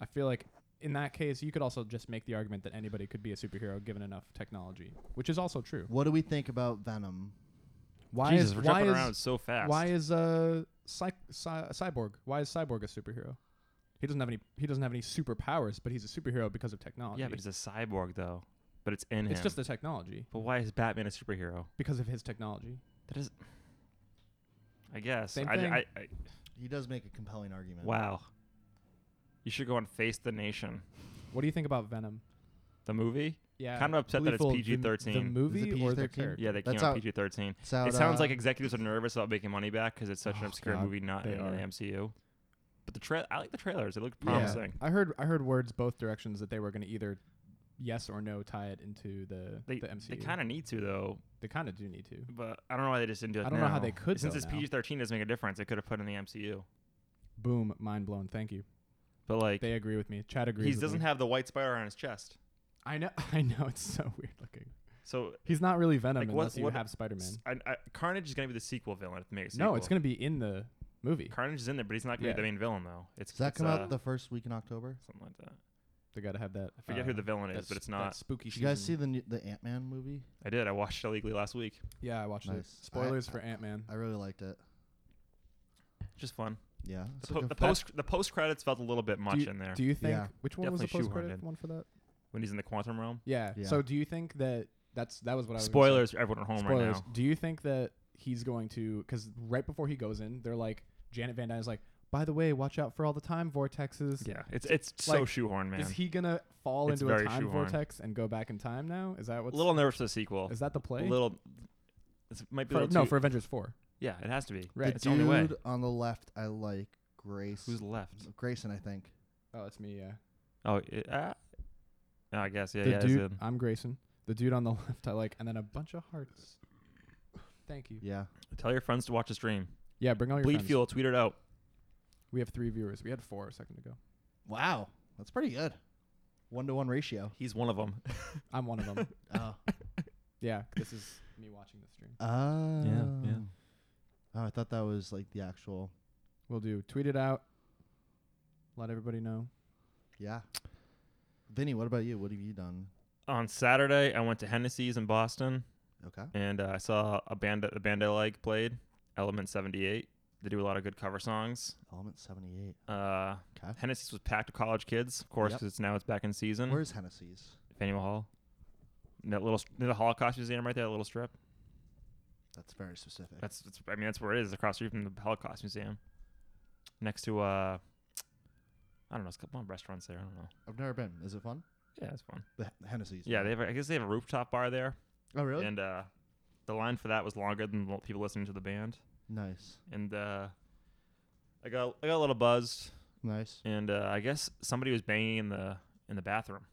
Speaker 1: I feel like in that case, you could also just make the argument that anybody could be a superhero given enough technology, which is also true.
Speaker 2: What do we think about Venom?
Speaker 1: Why
Speaker 3: Jesus,
Speaker 1: is
Speaker 3: we're
Speaker 1: why
Speaker 3: jumping
Speaker 1: is
Speaker 3: around so fast.
Speaker 1: why is uh Cy- Cy- cyborg? Why is cyborg a superhero? He doesn't have any. He doesn't have any superpowers, but he's a superhero because of technology.
Speaker 3: yeah, but he's a cyborg though. But it's in him.
Speaker 1: it's just the technology
Speaker 3: But why is Batman a superhero?
Speaker 1: because of his technology.
Speaker 3: That is. I guess.
Speaker 1: Same
Speaker 3: I,
Speaker 1: thing.
Speaker 3: I, I-
Speaker 2: He does make a compelling argument.
Speaker 3: wow. You should go and face the nation.
Speaker 1: What do you think about Venom?
Speaker 3: The movie.
Speaker 1: Yeah,
Speaker 3: Kind of upset that it's
Speaker 1: Lethal- the-
Speaker 3: PG-13.
Speaker 1: The,
Speaker 3: Is it
Speaker 1: movie or the
Speaker 2: PG-13?
Speaker 1: character?
Speaker 3: Yeah, they came
Speaker 2: That's
Speaker 3: out
Speaker 2: out-
Speaker 3: PG-13.
Speaker 2: It's out,
Speaker 3: it sounds
Speaker 2: uh,
Speaker 3: like executives are nervous about making money back because it's such an
Speaker 1: Oh,
Speaker 3: obscure
Speaker 1: God,
Speaker 3: movie not
Speaker 1: they
Speaker 3: in
Speaker 1: are.
Speaker 3: the MCU. But the trail, I like the trailers. It looked
Speaker 2: Yeah.
Speaker 3: promising.
Speaker 1: I heard I heard words both directions that they were going to either yes or no tie it into the
Speaker 3: They
Speaker 1: the MCU.
Speaker 3: they kind of need to though,
Speaker 1: they kind of do need to.
Speaker 3: but I don't know why they just didn't do it.
Speaker 1: I don't know how
Speaker 3: now.
Speaker 1: they could,
Speaker 3: since
Speaker 1: though,
Speaker 3: it's
Speaker 1: now.
Speaker 3: PG-13 doesn't make a difference. They could have put in the MCU.
Speaker 1: Boom, mind blown. Thank you.
Speaker 3: But like
Speaker 1: They agree with me. Chad agrees.
Speaker 3: he
Speaker 1: with
Speaker 3: doesn't
Speaker 1: me.
Speaker 3: have the white spider on his chest.
Speaker 1: I know. [laughs] I know. It's so weird looking.
Speaker 3: So
Speaker 1: He's not really Venom
Speaker 3: Like, what-
Speaker 1: unless you
Speaker 3: what-
Speaker 1: have Spider Man.
Speaker 3: s- I, I, Carnage is gonna be the sequel villain. If they make a
Speaker 1: No, it's
Speaker 3: sequel.
Speaker 1: going to be in the movie.
Speaker 3: Carnage is in there, but he's not gonna
Speaker 1: Yeah.
Speaker 3: be the main villain though. It's
Speaker 2: Does that
Speaker 3: it's,
Speaker 2: come
Speaker 3: uh,
Speaker 2: out the first week in October?
Speaker 3: something like that.
Speaker 1: They got to have that.
Speaker 3: I forget
Speaker 1: uh,
Speaker 3: who the villain
Speaker 1: that
Speaker 3: is, but
Speaker 1: s-
Speaker 3: it's
Speaker 1: that
Speaker 3: not.
Speaker 1: spooky.
Speaker 2: Did you guys see
Speaker 1: season.
Speaker 2: the new, the Ant Man movie?
Speaker 3: I did. I watched it illegally last week.
Speaker 1: Yeah, I watched it.
Speaker 2: Nice. I-
Speaker 1: Spoilers
Speaker 2: I-
Speaker 1: for Ant Man.
Speaker 2: I really liked it.
Speaker 3: Just fun.
Speaker 2: Yeah.
Speaker 3: The,
Speaker 2: it's
Speaker 3: po-
Speaker 2: like a
Speaker 3: the
Speaker 2: fa-
Speaker 3: post the post credits felt a little bit much in there
Speaker 1: Do you think
Speaker 2: Yeah.
Speaker 1: which one was the
Speaker 3: Definitely shoehorned
Speaker 1: post credit
Speaker 3: in.
Speaker 1: one for that?
Speaker 3: when he's in the quantum realm.
Speaker 1: Yeah.
Speaker 2: Yeah.
Speaker 1: So do you think that that's that was what I was gonna say.
Speaker 3: Spoilers for everyone at home right now.
Speaker 1: Do you think that he's going to? Because right before he goes in, they're like Janet Van Dyne's like, by the way, watch out for all the time vortexes.
Speaker 3: Yeah, it's it's so
Speaker 1: Like,
Speaker 3: shoehorned, man.
Speaker 1: Is he gonna fall
Speaker 3: It's
Speaker 1: into a
Speaker 3: very
Speaker 1: time
Speaker 3: shoehorned.
Speaker 1: vortex and go back in time now? Is that
Speaker 3: a
Speaker 1: what's
Speaker 3: little nervous for the sequel.
Speaker 1: Is that the
Speaker 3: A
Speaker 1: play?
Speaker 3: little. It might be a
Speaker 1: For-
Speaker 3: little
Speaker 1: no,
Speaker 3: too-
Speaker 1: for Avengers four.
Speaker 3: yeah, it has to be.
Speaker 1: Right.
Speaker 3: It's
Speaker 2: the
Speaker 3: the only way.
Speaker 2: dude on the left, I like Grace.
Speaker 3: Who's left?
Speaker 2: Grayson, I think.
Speaker 1: Oh, that's me. Yeah.
Speaker 3: Oh, it, uh, oh, I guess yeah,
Speaker 1: the
Speaker 3: yeah. it's
Speaker 1: dude.
Speaker 3: him.
Speaker 1: I'm Grayson. The dude on the [laughs] left, I like, and then a bunch of hearts. Thank you.
Speaker 2: Yeah.
Speaker 3: Tell your friends to watch the stream.
Speaker 1: Yeah, bring all your
Speaker 3: Bleed
Speaker 1: friends.
Speaker 3: fuel. Tweet it out.
Speaker 1: We have three viewers. We had four a second ago.
Speaker 2: Wow, that's pretty good. One to one ratio.
Speaker 3: He's one of them.
Speaker 1: I'm one
Speaker 3: [laughs]
Speaker 1: of them.
Speaker 2: [laughs] Oh.
Speaker 1: yeah, this is me watching the stream.
Speaker 2: Oh.
Speaker 3: yeah.
Speaker 2: Oh, I thought that was like the actual.
Speaker 1: We'll do. Tweet it out. Let everybody know.
Speaker 2: Yeah. Vinny, what about you? What have you done?
Speaker 3: On Saturday, I went to Hennessy's in Boston,
Speaker 2: Okay.
Speaker 3: and uh, I saw a band the band I like played, Element Seventy Eight. They do a lot of good cover songs.
Speaker 2: Element 78.
Speaker 3: Uh,
Speaker 2: Okay.
Speaker 3: Hennessy's was packed with college kids, of course,
Speaker 2: Yep.
Speaker 3: because it's now it's back in season.
Speaker 2: Where's Hennessy's?
Speaker 3: Faneuil Hall. And That little st- the Holocaust Museum right there, that little strip.
Speaker 2: That's very specific.
Speaker 3: That's, that's I mean that's where it is, across the street from the Holocaust Museum. Next to uh I don't know, it's a couple of restaurants there. I don't know.
Speaker 2: I've never been. Is it fun?
Speaker 3: Yeah, it's fun.
Speaker 2: The, the Hennessy's.
Speaker 3: Yeah, they have. A, I guess they have a rooftop bar there,
Speaker 2: Oh, really?
Speaker 3: and uh, the line for that was longer than the people listening to the band.
Speaker 2: Nice.
Speaker 3: And uh, I got I got a little buzzed,
Speaker 2: Nice.
Speaker 3: and uh, I guess somebody was banging in the in the bathroom,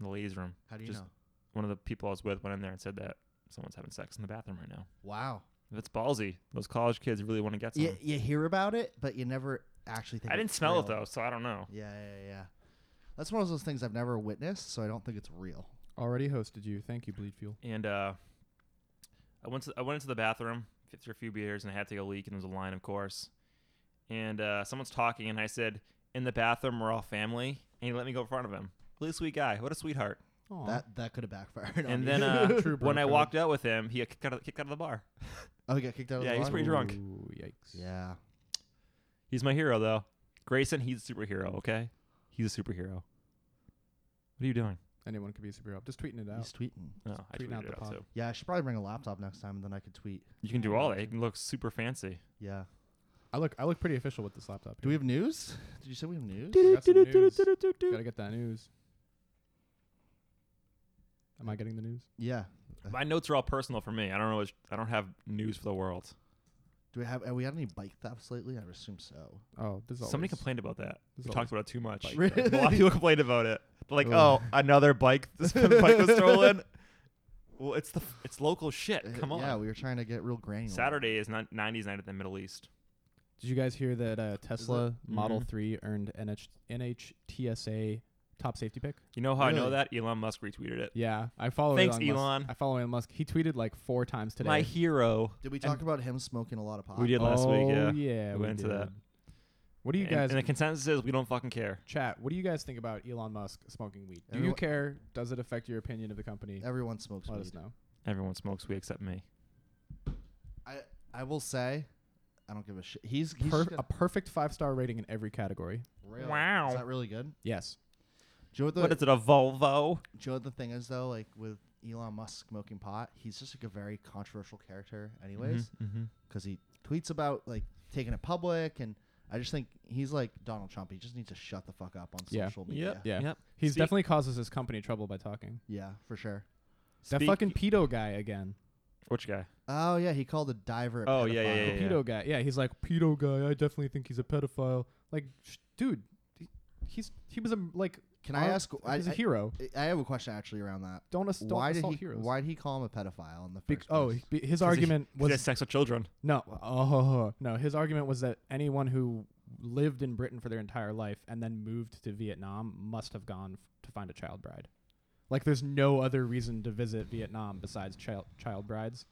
Speaker 3: in the ladies' room.
Speaker 2: How do you
Speaker 3: Just-
Speaker 2: know?
Speaker 3: One of the people I was with went in there and said that someone's having sex in the bathroom right now.
Speaker 2: Wow.
Speaker 3: That's ballsy. Those college kids really want to get some.
Speaker 2: You, you hear about it, but you never actually think
Speaker 3: I didn't
Speaker 2: it's
Speaker 3: smell it
Speaker 2: real.
Speaker 3: though, so I don't know.
Speaker 2: Yeah, yeah, yeah. That's one of those things I've never witnessed, so I don't think it's real.
Speaker 1: Already hosted you. Thank you, Bleed Fuel.
Speaker 3: And uh, I went to I went into the bathroom after a few beers, and I had to take a leak, and there was a line, of course. And uh, someone's talking, and I said, "In the bathroom, we're all family," and he let me go in front of him. Really sweet guy. What a
Speaker 1: [laughs]
Speaker 3: sweetheart.
Speaker 1: Aw.
Speaker 2: That that could have backfired. on
Speaker 3: And
Speaker 2: you.
Speaker 3: then uh,
Speaker 1: [laughs] True bro
Speaker 3: when I
Speaker 1: code.
Speaker 3: walked out with him, he got kicked out of, kicked out of the bar.
Speaker 2: [laughs] oh, he got kicked out. Of
Speaker 3: Yeah,
Speaker 2: the
Speaker 3: he's
Speaker 2: bar?
Speaker 3: pretty drunk.
Speaker 1: Ooh, yikes.
Speaker 2: Yeah.
Speaker 3: He's my hero though. Grayson, he's a superhero. Okay, he's a superhero. What are you doing?
Speaker 1: Anyone could be a superhero. Just tweeting it out.
Speaker 2: He's tweeting.
Speaker 3: No, I
Speaker 1: Tweeting
Speaker 3: tweeted
Speaker 1: out the
Speaker 3: it out
Speaker 1: pod.
Speaker 3: too.
Speaker 2: Yeah, I should probably bring a laptop next time, and then I could tweet.
Speaker 3: You can do all that. You can look super fancy.
Speaker 2: Yeah.
Speaker 1: I look I look pretty official with this laptop.
Speaker 2: Do we have news? Did you say we have news?
Speaker 1: I got some news. Gotta get that news. Am I getting the news?
Speaker 2: Yeah.
Speaker 3: My notes are all personal for me. I don't know. Which, I don't have news for the world.
Speaker 2: Do we have? Have we had any bike thefts lately? I would assume so.
Speaker 1: Oh, this is
Speaker 3: Somebody
Speaker 1: always-
Speaker 3: complained about that.
Speaker 1: There's
Speaker 3: We
Speaker 1: always
Speaker 3: talked about it too much.
Speaker 1: bike
Speaker 2: Really?
Speaker 3: [laughs] A lot of people complained about it. They're like,
Speaker 2: Ugh.
Speaker 3: oh, another bike. [laughs] This bike was stolen. Well, it's the it's local shit.
Speaker 2: Uh,
Speaker 3: Come on.
Speaker 2: Yeah, we were trying to get real granular.
Speaker 3: Saturday is not 90s night at the Middle East. Mm-hmm.
Speaker 1: Did you guys hear that uh, Tesla Model
Speaker 3: Mhm.
Speaker 1: 3 earned NH- NHTSA top safety pick.
Speaker 3: You know how I know
Speaker 2: Really?
Speaker 3: that? Elon Musk retweeted it.
Speaker 1: Yeah, I follow.
Speaker 3: Thanks,
Speaker 1: Elon. Musk.
Speaker 3: Elon.
Speaker 1: I follow Elon Musk. He tweeted like four times today.
Speaker 3: My hero.
Speaker 2: Did we talk about him smoking a lot of pot?
Speaker 3: We did last
Speaker 1: oh,
Speaker 3: week, yeah.
Speaker 1: yeah,
Speaker 3: We
Speaker 1: we
Speaker 3: went into that.
Speaker 1: did. What do you
Speaker 3: And-
Speaker 1: guys
Speaker 3: And, the consensus is we don't fucking care.
Speaker 1: chat? What do you guys think about Elon Musk smoking weed? Do you
Speaker 2: Everyone-
Speaker 1: care? Does it affect your opinion of the company?
Speaker 2: Everyone smokes
Speaker 1: Let
Speaker 2: weed.
Speaker 1: us know.
Speaker 3: Everyone smokes weed except me.
Speaker 2: I I will say, I don't give a shit. He's, he's
Speaker 1: Per-
Speaker 2: just
Speaker 1: a
Speaker 2: gonna-
Speaker 1: perfect five star rating in every category.
Speaker 2: really?
Speaker 3: Wow.
Speaker 2: Is that really good?
Speaker 1: Yes.
Speaker 2: Do you, know what the,
Speaker 3: What is it, a Volvo?
Speaker 2: do you know what the thing is though? Like with Elon Musk smoking pot, he's just like a very controversial character, anyways,
Speaker 3: Mm-hmm.
Speaker 2: because he tweets about like taking it public, and I just think he's like Donald Trump. He just needs to shut the fuck up on
Speaker 1: Yeah.
Speaker 2: social media.
Speaker 3: Yep.
Speaker 1: Yeah.
Speaker 3: Yep.
Speaker 1: He's
Speaker 3: Speak-
Speaker 1: definitely causes his company trouble by talking.
Speaker 2: Yeah, for sure.
Speaker 1: That
Speaker 3: Speak-
Speaker 1: fucking pedo guy again.
Speaker 3: Which guy?
Speaker 2: Oh yeah, he called a diver. a
Speaker 3: Oh, yeah, yeah,
Speaker 2: pedophile.
Speaker 1: The pedo guy. Yeah, he's like pedo guy. I definitely think he's a pedophile. Like, sh- dude, he- he's he was a like
Speaker 2: Can I
Speaker 1: hon-
Speaker 2: ask? I,
Speaker 1: he's a
Speaker 2: I-
Speaker 1: hero.
Speaker 2: I have a question actually around that.
Speaker 1: Don't, ass- don't
Speaker 2: why did
Speaker 1: assault
Speaker 2: he?
Speaker 1: heroes.
Speaker 2: Why did he call him a pedophile in the
Speaker 1: Bec-
Speaker 2: first
Speaker 1: oh,
Speaker 2: place?
Speaker 1: he- his
Speaker 3: 'Cause he-
Speaker 1: argument
Speaker 3: Was
Speaker 1: was
Speaker 3: has sex with children.
Speaker 1: No, oh [laughs] no. His argument was that anyone who lived in Britain for their entire life and then moved to Vietnam must have gone f- to find a child bride. Like, there's no other reason to visit Vietnam besides child child brides.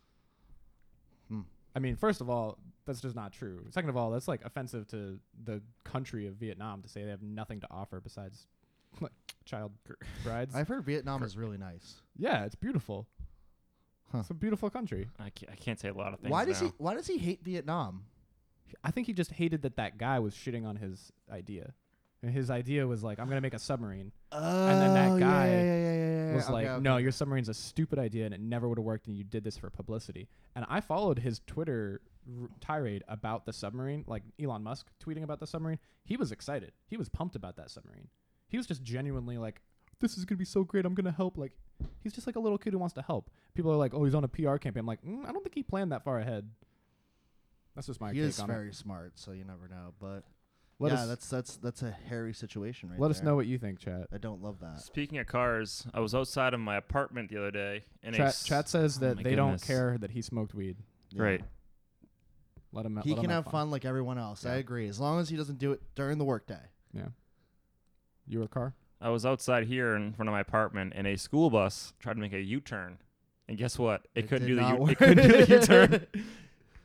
Speaker 2: Hmm.
Speaker 1: I mean, first of all, that's just not true. Second of all, that's like offensive to the country of Vietnam to say they have nothing to offer besides like child
Speaker 2: [laughs]
Speaker 1: brides.
Speaker 2: I've heard Vietnam is really nice.
Speaker 1: yeah, it's beautiful.
Speaker 2: Huh.
Speaker 1: It's a beautiful country.
Speaker 3: I can't, I can't say a lot of things.
Speaker 2: Why does
Speaker 3: now.
Speaker 2: he? Why does he hate Vietnam?
Speaker 1: I think he just hated that that guy was shitting on his idea. And his idea was like, I'm gonna make a submarine.
Speaker 2: Oh,
Speaker 1: then that
Speaker 2: yeah,
Speaker 1: guy
Speaker 2: yeah, yeah, yeah, yeah, yeah.
Speaker 1: was
Speaker 2: Okay,
Speaker 1: like,
Speaker 2: okay.
Speaker 1: no, your submarine's a stupid idea and it never would have worked, and you did this for publicity. And I followed his Twitter r- tirade about the submarine, like Elon Musk tweeting about the submarine. He was excited. He was pumped about that submarine. He was just genuinely like, this is gonna be so great. I'm gonna help. Like, he's just like a little kid who wants to help. People are like, oh, he's on a PR campaign. I'm like, mm, I don't think he planned that far ahead. That's just my
Speaker 2: he
Speaker 1: take
Speaker 2: is
Speaker 1: on it.
Speaker 2: very smart, so you never know. But
Speaker 1: Let
Speaker 2: yeah,
Speaker 1: us
Speaker 2: that's that's that's a hairy situation, right?
Speaker 1: let us
Speaker 2: there.
Speaker 1: know what you think, chat.
Speaker 2: I don't love that.
Speaker 3: Speaking of cars, I was outside of my apartment the other day, and a
Speaker 1: Chat,
Speaker 3: s-
Speaker 1: chat says
Speaker 3: Oh
Speaker 1: that
Speaker 3: my
Speaker 1: they don't
Speaker 3: goodness.
Speaker 1: care that he smoked weed.
Speaker 2: Yeah.
Speaker 3: Right.
Speaker 1: Let him.
Speaker 2: He
Speaker 1: let him
Speaker 2: can have fun. like everyone else. I
Speaker 1: Yeah.
Speaker 2: agree, as long as he doesn't do it during the workday.
Speaker 1: Your car.
Speaker 3: I was outside here in front of my apartment, and a school bus tried to make a U-turn, and guess what? It,
Speaker 2: It
Speaker 3: couldn't
Speaker 2: did
Speaker 3: do the
Speaker 2: not
Speaker 3: U- it
Speaker 2: work.
Speaker 3: couldn't do the
Speaker 2: [laughs]
Speaker 3: U-turn.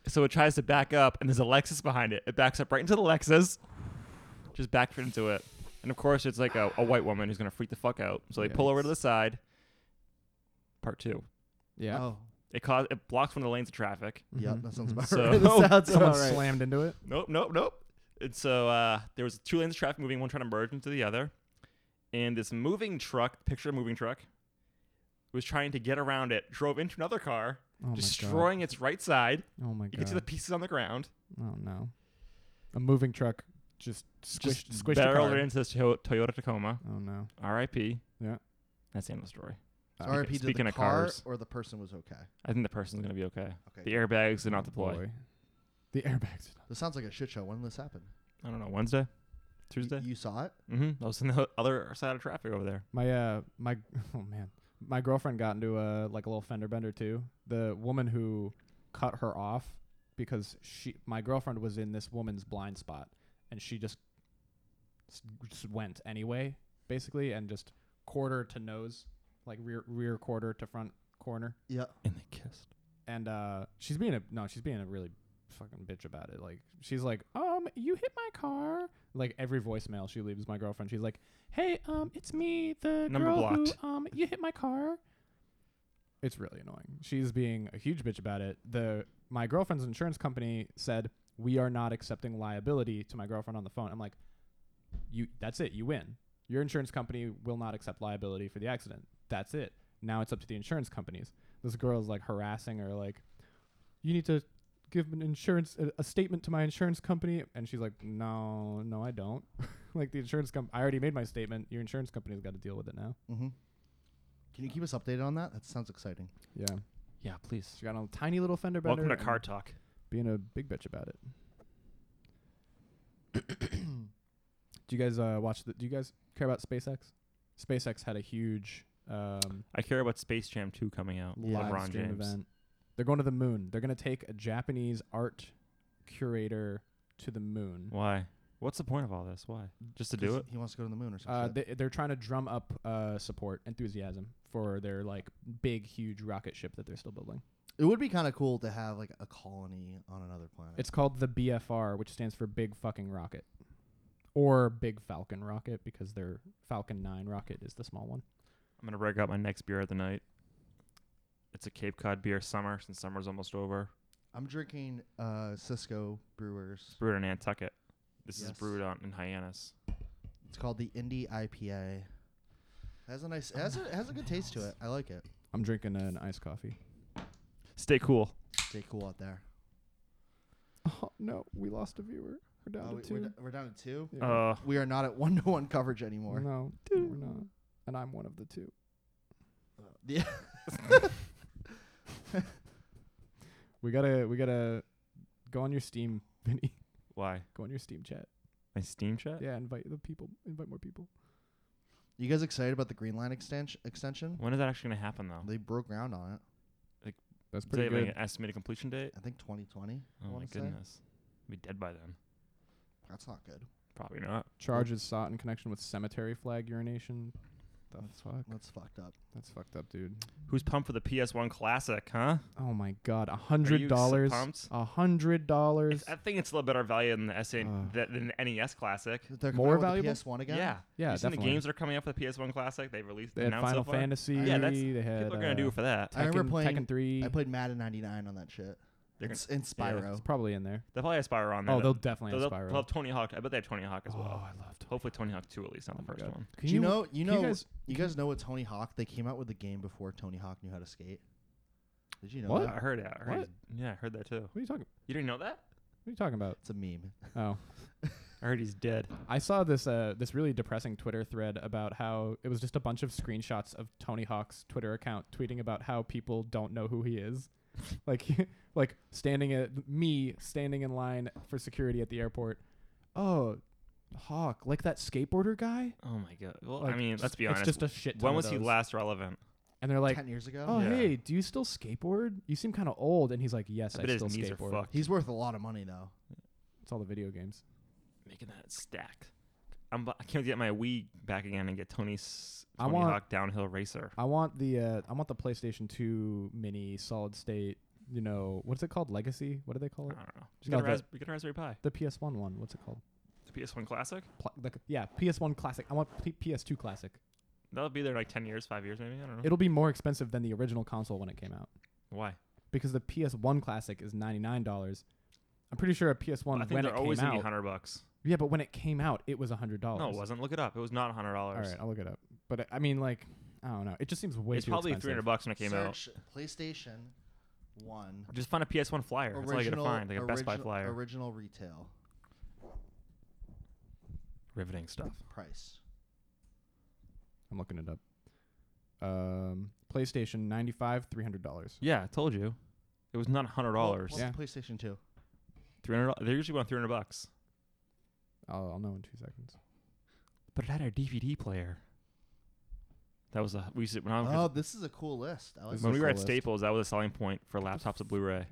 Speaker 3: so it tries to back up, and there's a Lexus behind it. It backs up right into the Lexus, just backed right into it. And of course, it's like a, a white woman who's gonna freak the fuck out. So they pull over to the side. Part two.
Speaker 1: Yeah. [laughs]
Speaker 2: Oh,
Speaker 3: It caused it blocks one of the lanes of traffic.
Speaker 2: yeah, that sounds about
Speaker 3: So-
Speaker 2: right. [laughs]
Speaker 1: [laughs]
Speaker 2: That sounds
Speaker 1: Someone
Speaker 2: about right.
Speaker 1: slammed into it.
Speaker 3: Nope, nope, nope. And so uh, there was two lanes of traffic moving, one trying to merge into the other. And this moving truck, picture a moving truck, was trying to get around it, drove into another car,
Speaker 1: Oh my
Speaker 3: destroying its right side.
Speaker 1: god. Oh my god.
Speaker 3: You could see the pieces on the ground.
Speaker 1: oh no. A moving truck just squished
Speaker 3: just
Speaker 1: squished a
Speaker 3: barreled
Speaker 1: car.
Speaker 3: it into this Toyo- Toyota Tacoma.
Speaker 1: Oh no.
Speaker 3: R.I.P.
Speaker 1: Yeah.
Speaker 3: That's the end of the story.
Speaker 1: Uh,
Speaker 2: RIP to
Speaker 3: speaking
Speaker 2: the
Speaker 3: of
Speaker 2: car
Speaker 3: cars.
Speaker 2: or the person was okay.
Speaker 3: I think the person's gonna be okay.
Speaker 2: Okay.
Speaker 3: The airbags did not
Speaker 1: Oh,
Speaker 3: deploy.
Speaker 1: boy. The airbags.
Speaker 2: This sounds like a shit show. When did this happen?
Speaker 3: I don't know. Wednesday,
Speaker 2: Y-
Speaker 3: Tuesday.
Speaker 2: You saw it?
Speaker 3: mm-hmm. I was in the other side of traffic over there.
Speaker 1: My uh my [laughs] oh man. My girlfriend got into a like a little fender bender too. The woman who cut her off because she my girlfriend was in this woman's blind spot and she just s- just went anyway basically and just quarter to nose like rear rear quarter to front corner
Speaker 2: Yeah.
Speaker 3: And they kissed.
Speaker 1: and uh she's being a no she's being a really fucking bitch about it like she's like um you hit my car like every voicemail she leaves my girlfriend she's like hey um it's me the
Speaker 3: Number
Speaker 1: girl
Speaker 3: blocked.
Speaker 1: who um you hit my car it's really annoying she's being a huge bitch about it the my girlfriend's insurance company said we are not accepting liability to my girlfriend on the phone i'm like you that's it you win your insurance company will not accept liability for the accident that's it now it's up to the insurance companies this girl is like harassing her like you need to give an insurance a, a statement to my insurance company and she's like no no i don't [laughs] like the insurance company i already made my statement your insurance company's got to deal with it now
Speaker 2: Mm-hmm. Can you keep us updated on that? That sounds exciting.
Speaker 1: yeah
Speaker 3: Yeah, please.
Speaker 1: she got on a tiny little fender bender
Speaker 3: Welcome to
Speaker 1: and
Speaker 3: Car Talk.
Speaker 1: being a big bitch about it [coughs] do you guys uh watch the do you guys care about spacex spacex had a huge um
Speaker 3: I care about Space Jam 2 coming out.
Speaker 1: live
Speaker 3: LeBron
Speaker 1: stream
Speaker 3: James.
Speaker 1: event. They're going to the moon. They're going to take a Japanese art curator to the moon
Speaker 3: Why? What's the point of all this? Why? Just to
Speaker 2: 'Cause
Speaker 3: do it?
Speaker 2: He wants to go to the moon or something.
Speaker 1: Uh, they, they're trying to drum up uh, support, enthusiasm for their like big, huge rocket ship that they're still building.
Speaker 2: it would be kind of cool to have like a colony on another planet.
Speaker 1: It's called the BFR, which stands for Big Fucking Rocket, or Big Falcon Rocket because their Falcon Nine rocket is the small one.
Speaker 3: I'm gonna break out my next beer of the night. It's a Cape Cod beer summer since summer's almost over.
Speaker 2: I'm drinking uh, Cisco Brewers.
Speaker 3: It's brewed in Nantucket. This is
Speaker 2: Yes.
Speaker 3: brewed on in Hyannis.
Speaker 2: It's called the Indie IPA. It has a nice, it has a it has a good taste to it. I like it.
Speaker 1: I'm drinking an iced coffee. [laughs]
Speaker 3: Stay cool.
Speaker 2: Stay cool out there.
Speaker 1: Oh no, we lost a viewer. We're
Speaker 2: Uh,
Speaker 1: down
Speaker 2: we,
Speaker 1: to
Speaker 2: we're,
Speaker 1: 2
Speaker 2: d- we're down to two.
Speaker 1: Yeah.
Speaker 3: Uh,
Speaker 2: We are not at [laughs] one to one coverage anymore.
Speaker 1: no, we're not. And I'm one of the two.
Speaker 2: Yeah.
Speaker 1: We gotta, we gotta go on your Steam, [laughs] Vinny.
Speaker 3: why?
Speaker 1: Go on your Steam chat.
Speaker 3: My Steam chat?
Speaker 1: Yeah, invite the people. Invite more people.
Speaker 2: [laughs] You guys excited about the Green Line extension? Extension?
Speaker 3: When is that actually gonna happen though?
Speaker 2: They broke ground on it.
Speaker 1: That's
Speaker 3: Do they
Speaker 1: pretty
Speaker 3: have like,
Speaker 1: good.
Speaker 3: an estimated completion date?
Speaker 2: I think 2020. I
Speaker 3: Oh my
Speaker 2: wanna say.
Speaker 3: goodness. I'll be dead by then.
Speaker 2: That's not good.
Speaker 3: Probably not.
Speaker 1: Charges sought in connection with cemetery flag urination. The fuck?
Speaker 2: That's fucked up.
Speaker 1: That's fucked up, dude.
Speaker 3: Who's pumped for the PS1 Classic, huh?
Speaker 1: Oh my god, a
Speaker 3: Are you
Speaker 1: hundred
Speaker 3: s-
Speaker 1: dollars.
Speaker 3: pumped?
Speaker 1: A hundred dollars.
Speaker 3: It's- I think it's a little better value than the SN
Speaker 1: Ugh.
Speaker 3: than than the NES Classic.
Speaker 2: They're coming
Speaker 1: More
Speaker 2: out with
Speaker 1: valuable?
Speaker 2: The PS1 again.
Speaker 3: Yeah.
Speaker 1: Yeah,
Speaker 3: You seen the
Speaker 1: definitely.
Speaker 3: games that are coming out for the PS1 Classic? They've released
Speaker 1: They had
Speaker 3: announced
Speaker 1: Final
Speaker 3: so far?
Speaker 1: Fantasy.
Speaker 2: Yeah,
Speaker 3: that's-
Speaker 1: they had.
Speaker 3: People are gonna do
Speaker 1: uh,
Speaker 3: it for that.
Speaker 2: I remember
Speaker 1: Tekken-
Speaker 2: playing-
Speaker 1: Tekken Three.
Speaker 2: I played Madden 99 on that shit.
Speaker 3: They're
Speaker 2: It's in Spyro.
Speaker 1: it's probably in there.
Speaker 3: They'll probably have Spyro on there.
Speaker 1: Oh, they'll definitely
Speaker 3: they'll,
Speaker 1: have Spyro.
Speaker 3: they'll have Tony Hawk. I bet they have Tony Hawk as
Speaker 1: Oh,
Speaker 3: well.
Speaker 1: I loved.
Speaker 3: Hopefully Tony Hawk 2 at least, not
Speaker 1: Oh
Speaker 3: the
Speaker 1: my
Speaker 3: first
Speaker 1: God.
Speaker 3: one.
Speaker 1: Can
Speaker 2: Do you know? You
Speaker 1: can
Speaker 2: know.
Speaker 1: you
Speaker 2: You guys,
Speaker 1: guys-
Speaker 2: know with Tony Hawk, they came out with the game before Tony Hawk knew how to skate. Did you know
Speaker 1: What?
Speaker 3: I
Speaker 2: that?
Speaker 3: heard it. I heard
Speaker 1: What?
Speaker 3: he's- Yeah, I heard that too.
Speaker 1: What are you talking?
Speaker 3: You didn't know that?
Speaker 1: What are you talking about?
Speaker 2: It's a meme.
Speaker 1: Oh,
Speaker 3: I heard he's dead.
Speaker 1: I saw this uh this really depressing Twitter thread about how it was just a bunch of screenshots of Tony Hawk's Twitter account tweeting about how people don't know who he is. [laughs] like like standing at me standing in line for security at the airport. Oh, Hawk, like that skateboarder guy?
Speaker 3: Oh my god. Well, I
Speaker 1: Like,
Speaker 3: mean, let's be honest.
Speaker 1: It's just a shit ton
Speaker 3: when
Speaker 1: of
Speaker 3: was he
Speaker 1: those.
Speaker 3: last relevant?
Speaker 1: And they're like,
Speaker 2: Ten years ago.
Speaker 1: "Oh,
Speaker 3: Yeah.
Speaker 1: hey, do you still skateboard? You seem kind of old." And he's like, "Yes,
Speaker 3: I
Speaker 1: I,
Speaker 3: bet his
Speaker 1: still
Speaker 3: knees
Speaker 1: skateboard."
Speaker 3: are fucked.
Speaker 2: He's worth a lot of money though.
Speaker 1: It's all the video games.
Speaker 3: making that stack. I'm, bu- I can't get my Wii back again and get Tony's
Speaker 1: I
Speaker 3: Tony
Speaker 1: want-
Speaker 3: Hawk Downhill Racer.
Speaker 1: I want the uh, I want the PlayStation 2 mini solid state, you know, what's it called? Legacy? What do they
Speaker 3: I
Speaker 1: call it?
Speaker 3: don't know. Just
Speaker 1: No,
Speaker 3: get, a
Speaker 1: the-
Speaker 3: ras- we get a Raspberry Pi.
Speaker 1: The PS1 one. What's it called?
Speaker 3: The PS1 Classic.
Speaker 1: Pl- the, yeah, PS1 Classic. I want P- PS2 Classic.
Speaker 3: That'll be there in like ten years, five years maybe. I don't know.
Speaker 1: It'll be more expensive than the original console when it came out
Speaker 3: Why?
Speaker 1: because the PS1 Classic is $99. I'm pretty sure a
Speaker 3: Well,
Speaker 1: PS1
Speaker 3: I think
Speaker 1: when
Speaker 3: they're
Speaker 1: it
Speaker 3: always
Speaker 1: came
Speaker 3: gonna be
Speaker 1: out.
Speaker 3: hundred bucks.
Speaker 1: Yeah, but when it came out, it was $100.
Speaker 3: No, it wasn't. Look it up. It was not hundred
Speaker 1: All
Speaker 3: dollars.
Speaker 1: right, I'll look it up. But I mean like I don't know. It just seems way
Speaker 3: It's
Speaker 1: too
Speaker 3: probably
Speaker 1: expensive.
Speaker 3: three hundred bucks when it came out.
Speaker 2: Search PlayStation One.
Speaker 3: Just find a PS1 flyer. That's all you gotta
Speaker 2: original-
Speaker 3: find, like a Best Buy
Speaker 2: origi-
Speaker 3: flyer.
Speaker 2: Original retail
Speaker 3: Riveting stuff.
Speaker 2: price.
Speaker 1: I'm looking it up. Um PlayStation 95 $300.
Speaker 3: Yeah, I told you. It was not hundred dollars.
Speaker 2: Well,
Speaker 1: Yeah.
Speaker 2: what's the PlayStation Two.
Speaker 3: Three hundred. They usually want three hundred bucks.
Speaker 1: I'll, I'll know in 2 seconds.
Speaker 3: But it had a DVD player. That was a we used to, when I was
Speaker 2: Oh, this is a cool list. I like
Speaker 1: This
Speaker 3: when we
Speaker 1: is a
Speaker 3: were
Speaker 1: cool
Speaker 3: at
Speaker 1: list.
Speaker 3: Staples, that was a selling point for laptops with Blu-ray.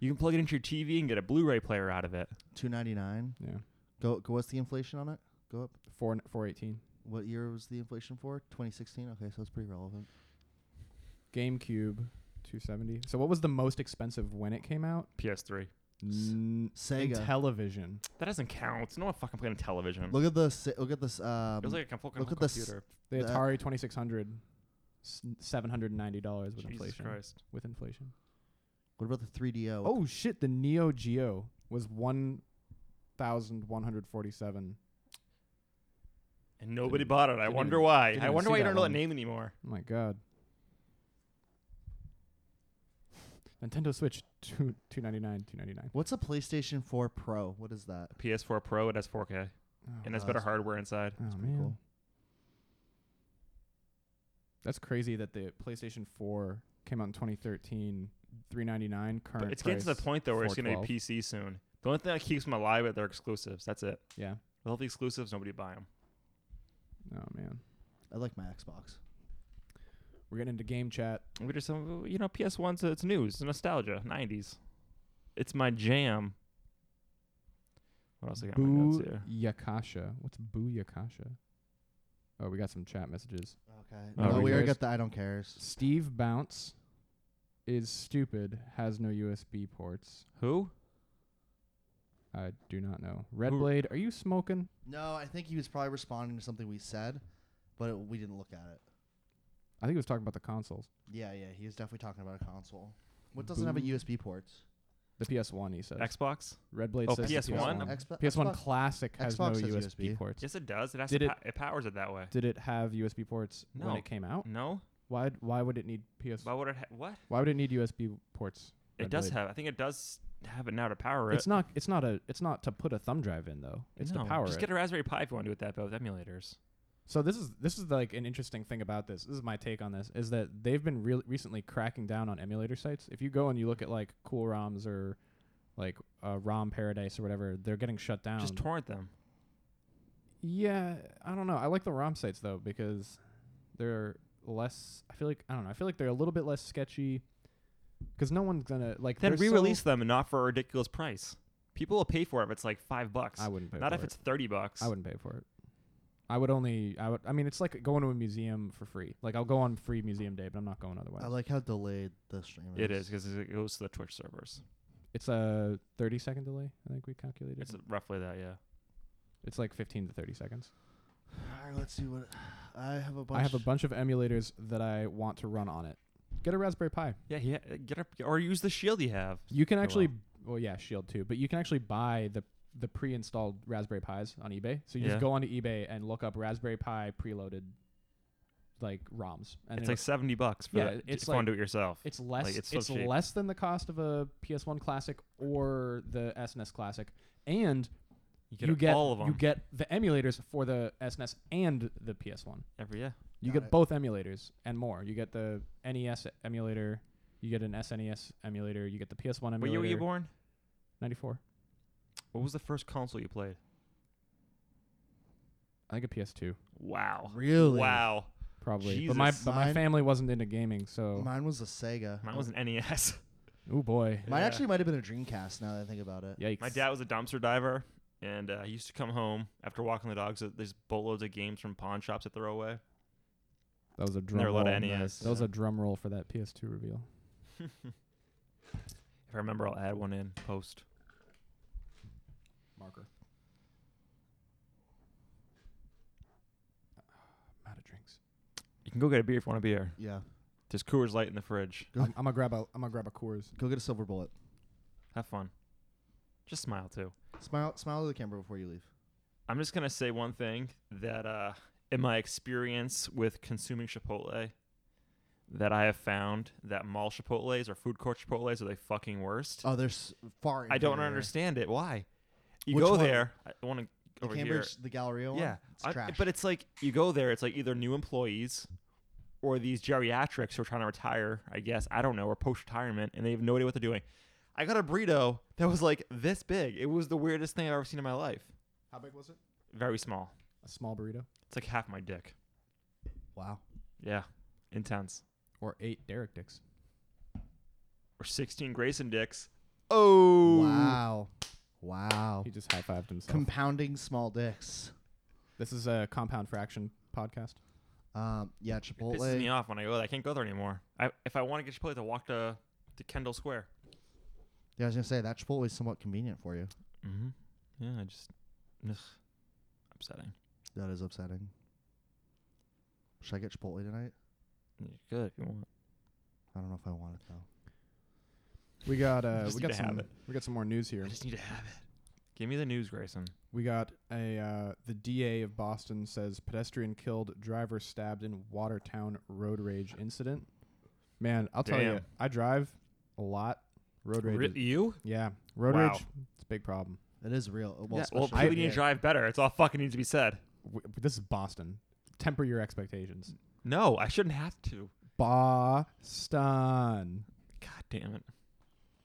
Speaker 3: You can plug it into your TV and get a Blu-ray player out of it.
Speaker 2: two ninety nine.
Speaker 1: Yeah.
Speaker 2: Go, go. What's the inflation on it? Go up.
Speaker 1: 4 418.
Speaker 2: What year was the inflation for? 2016. Okay, so it's pretty relevant.
Speaker 1: GameCube, two seventy. So what was the most expensive when it came out?
Speaker 3: PS3.
Speaker 1: N-
Speaker 2: Sega.
Speaker 1: television.
Speaker 3: That doesn't count. No one fucking playing television.
Speaker 2: Look at this. Look at this. Um,
Speaker 3: it was like a fucking whole
Speaker 2: look at this
Speaker 3: computer.
Speaker 1: The
Speaker 2: That-
Speaker 1: Atari twenty six hundred, seven hundred ninety dollars with
Speaker 3: Jesus
Speaker 1: inflation.
Speaker 3: Christ.
Speaker 1: With inflation.
Speaker 2: what about the 3DO?
Speaker 1: Oh shit! The Neo Geo was one thousand one hundred forty seven.
Speaker 3: And nobody
Speaker 1: Didn't-
Speaker 3: bought it. I
Speaker 1: didn't
Speaker 3: wonder
Speaker 1: even-
Speaker 3: why.
Speaker 1: didn't
Speaker 3: I
Speaker 1: even
Speaker 3: wonder
Speaker 1: see
Speaker 3: why you
Speaker 1: that
Speaker 3: don't know that
Speaker 1: one.
Speaker 3: name anymore.
Speaker 1: Oh my god. [laughs] Nintendo Switch two two ninety nine two ninety nine.
Speaker 2: What's a PlayStation 4 Pro? What is that?
Speaker 3: PS4 Pro. It has 4K and that's better
Speaker 2: wow, that's-
Speaker 3: hardware inside.
Speaker 1: Oh
Speaker 2: pretty
Speaker 1: man.
Speaker 2: cool.
Speaker 1: That's crazy that the PlayStation 4 came out in 2013, 399 current.
Speaker 3: But it's getting to the
Speaker 1: price,
Speaker 3: point though where it's gonna be
Speaker 1: 412.
Speaker 3: PC soon. The only thing that keeps them alive are their exclusives. That's it.
Speaker 1: Yeah.
Speaker 3: With all the exclusives, nobody buy them.
Speaker 1: Oh man.
Speaker 2: I like my Xbox.
Speaker 1: We're getting into game chat.
Speaker 3: We just um, you know PS1's it's news, nostalgia, 90s. It's my jam. What else I got? in my notes
Speaker 1: Boo
Speaker 3: here?
Speaker 1: Yakasha. What's Boo Yakasha? Oh, we got some chat messages.
Speaker 2: Okay.
Speaker 3: Oh,
Speaker 2: no,
Speaker 3: who
Speaker 2: we already
Speaker 1: cares?
Speaker 2: got the I don't cares.
Speaker 1: Steve Bounce is stupid, has no USB ports.
Speaker 3: Who?
Speaker 1: I do not know. Red
Speaker 3: Who-
Speaker 1: Blade, are you smoking?
Speaker 2: No, I think he was probably responding to something we said, but it, we didn't look at it.
Speaker 1: I think he was talking about the consoles.
Speaker 2: Yeah, yeah, he was definitely talking about a console. What doesn't have a
Speaker 1: Boo.
Speaker 2: USB port?
Speaker 1: The PS1, he says.
Speaker 3: Xbox?
Speaker 1: Red Blade
Speaker 3: Oh,
Speaker 1: says the
Speaker 3: PS1?
Speaker 1: PS1.
Speaker 2: Xbox,
Speaker 1: PS1 Classic has
Speaker 2: Xbox
Speaker 1: no
Speaker 2: has
Speaker 1: USB,
Speaker 2: USB.
Speaker 1: ports.
Speaker 3: Yes, it does. It has
Speaker 1: Did
Speaker 3: to
Speaker 1: it-
Speaker 3: pa- it powers it that way.
Speaker 1: Did it have USB ports
Speaker 3: No.
Speaker 1: when it came out?
Speaker 3: No?
Speaker 1: Why why would it need PS
Speaker 3: Why would it? Ha- what?
Speaker 1: Why would it need USB ports?
Speaker 3: It
Speaker 1: Red
Speaker 3: does
Speaker 1: Blade.
Speaker 3: have. I think it does have it now to power it.
Speaker 1: It's not it's not a it's not to put a thumb drive in though. It's
Speaker 3: no,
Speaker 1: to power
Speaker 3: Just
Speaker 1: it.
Speaker 3: get a Raspberry Pi if you want to do it that, but with emulators.
Speaker 1: So this is this is like an interesting thing about this. This is my take on this is that they've been real recently cracking down on emulator sites. If you go and you look at like Cool ROMs or like uh, ROM Paradise or whatever, they're getting shut down.
Speaker 3: Just torrent them.
Speaker 1: yeah, I don't know. I like the ROM sites though because they're less. I feel like I don't know. I feel like they're a little bit less sketchy because no one's gonna like.
Speaker 3: Then
Speaker 1: they're so-
Speaker 3: re-release them and not for a ridiculous price. People will pay for it if it's like five bucks.
Speaker 1: I wouldn't pay
Speaker 3: not
Speaker 1: for
Speaker 3: if
Speaker 1: it.
Speaker 3: it's thirty bucks.
Speaker 1: I wouldn't pay for it. I would only. I would. I mean, it's like going to a museum for free. Like I'll go on free museum day, but I'm not going otherwise.
Speaker 2: I like how delayed the stream is.
Speaker 3: It is because it goes to the Twitch servers.
Speaker 1: It's a 30 second delay, I think we calculated.
Speaker 3: It's
Speaker 1: It's,
Speaker 3: roughly that, yeah.
Speaker 1: like 15 to 30 seconds.
Speaker 2: All right, let's see what I have a bunch.
Speaker 1: I have a bunch of emulators that I want to run on it. Get a Raspberry Pi.
Speaker 3: Yeah, yeah. Get up or use the shield you have.
Speaker 1: You can
Speaker 3: well.
Speaker 1: actually, well, yeah, Shield too, but you can actually buy the the pre-installed Raspberry Pis on eBay. So you
Speaker 3: Yeah.
Speaker 1: just go onto eBay and look up Raspberry Pi preloaded, like ROMs, and
Speaker 3: it's
Speaker 1: it'll-
Speaker 3: like seventy bucks for
Speaker 1: Yeah,
Speaker 3: that.
Speaker 1: it's
Speaker 3: if you want to
Speaker 1: like-
Speaker 3: do it yourself.
Speaker 1: it's less
Speaker 3: like, it's
Speaker 1: it's,
Speaker 3: so cheap.
Speaker 1: less than the cost of a PS1 Classic or the SNES Classic, and
Speaker 3: You get,
Speaker 1: you get
Speaker 3: all of them
Speaker 1: you get the emulators for the SNES and the PS1.
Speaker 3: every yeah.
Speaker 1: You
Speaker 2: Got
Speaker 1: get
Speaker 2: it.
Speaker 1: both emulators and more. You get the NES emulator, you get an SNES emulator, you get the PS1
Speaker 3: What year were you
Speaker 1: emulator.
Speaker 3: born?
Speaker 1: 94.
Speaker 3: What was the first console you played?
Speaker 1: I think a PS2
Speaker 3: Wow.
Speaker 2: Really?
Speaker 3: Wow.
Speaker 1: probably. But my
Speaker 3: Jesus.
Speaker 1: but my
Speaker 2: Mine-
Speaker 1: family wasn't into gaming, so
Speaker 2: Mine was a Sega.
Speaker 3: Mine was an NES.
Speaker 1: oh boy.
Speaker 2: Mine
Speaker 3: Yeah.
Speaker 2: actually might have been a Dreamcast. Now that I think about it.
Speaker 1: Yikes.
Speaker 3: My dad was a dumpster diver, and uh, he used to come home after walking the dogs. uh, There's boatloads of games from pawn shops that they're away.
Speaker 1: that was a drum
Speaker 3: There are a
Speaker 1: roll.
Speaker 3: lot of
Speaker 1: on
Speaker 3: NES.
Speaker 1: That was a drum roll for that PS2 reveal.
Speaker 3: if I remember, I'll add one in post.
Speaker 1: Marker. I'm out of drinks.
Speaker 3: You can go get a beer if you want a beer.
Speaker 2: Yeah.
Speaker 3: There's Coors Light in the fridge.
Speaker 2: Go-
Speaker 1: I'm, I'm gonna grab a I'm gonna grab a Coors.
Speaker 2: Go get a silver bullet.
Speaker 3: Have fun. Just smile too.
Speaker 2: Smile, smile at the camera before you leave.
Speaker 3: I'm just gonna say one thing that, uh, in my experience with consuming Chipotle, that I have found that mall Chipotles or food court Chipotles are the fucking worst.
Speaker 2: Oh, there's far.
Speaker 3: I don't
Speaker 2: inferior.
Speaker 3: understand it. Why? You
Speaker 2: Which
Speaker 3: go
Speaker 2: one?
Speaker 3: there. I want to
Speaker 2: The
Speaker 3: over here.
Speaker 2: Cambridge, the Galleria one.
Speaker 3: Yeah,
Speaker 2: It's
Speaker 3: I-
Speaker 2: trash.
Speaker 3: but it's like you go there. It's like either new employees or these geriatrics who are trying to retire. I guess I don't know or post retirement, and they have no idea what they're doing. I got a burrito that was like this big. It was the weirdest thing I've ever seen in my life.
Speaker 1: How big was it?
Speaker 3: Very small.
Speaker 1: A small burrito
Speaker 3: It's like half my dick.
Speaker 2: wow.
Speaker 3: Yeah, intense.
Speaker 1: or eight Derek dicks.
Speaker 3: Or 16 Grayson dicks. Oh,
Speaker 2: Wow. Wow.
Speaker 1: He just high fived himself.
Speaker 2: Compounding small dicks.
Speaker 1: This is a compound fraction podcast.
Speaker 2: Um, yeah,
Speaker 3: It pisses me
Speaker 2: Chipotle.
Speaker 3: off when I go. there. I can't go there anymore. I, if I want to get Chipotle, to walk to to Kendall Square.
Speaker 2: Yeah, I was gonna say that Chipotle is somewhat convenient for you.
Speaker 3: Mm-hmm. Yeah, I just ugh, upsetting.
Speaker 2: That is upsetting. Should I get Chipotle tonight?
Speaker 3: Good if you want.
Speaker 2: I don't know if I want it though.
Speaker 1: We got uh,
Speaker 3: Just
Speaker 1: we
Speaker 3: need
Speaker 1: got
Speaker 3: to have
Speaker 1: some
Speaker 3: it.
Speaker 1: we got some more news here.
Speaker 3: I just need to have it. Give me the news, Grayson.
Speaker 1: We got a uh, the DA of Boston says pedestrian killed, driver stabbed in Watertown road rage incident. Man, I'll tell you,
Speaker 3: Damn.
Speaker 1: I drive a lot. Road rage, is-
Speaker 3: you?
Speaker 1: yeah, road
Speaker 3: Wow.
Speaker 1: rage, it's a big problem.
Speaker 2: It is real. uh, Well,
Speaker 3: yeah, well,
Speaker 2: especially
Speaker 3: people
Speaker 2: if
Speaker 3: need
Speaker 2: you-
Speaker 3: to drive better. It's all fucking needs to be said.
Speaker 1: W- this is Boston. Temper your expectations.
Speaker 3: No, I shouldn't have to.
Speaker 1: Boston.
Speaker 3: God damn it.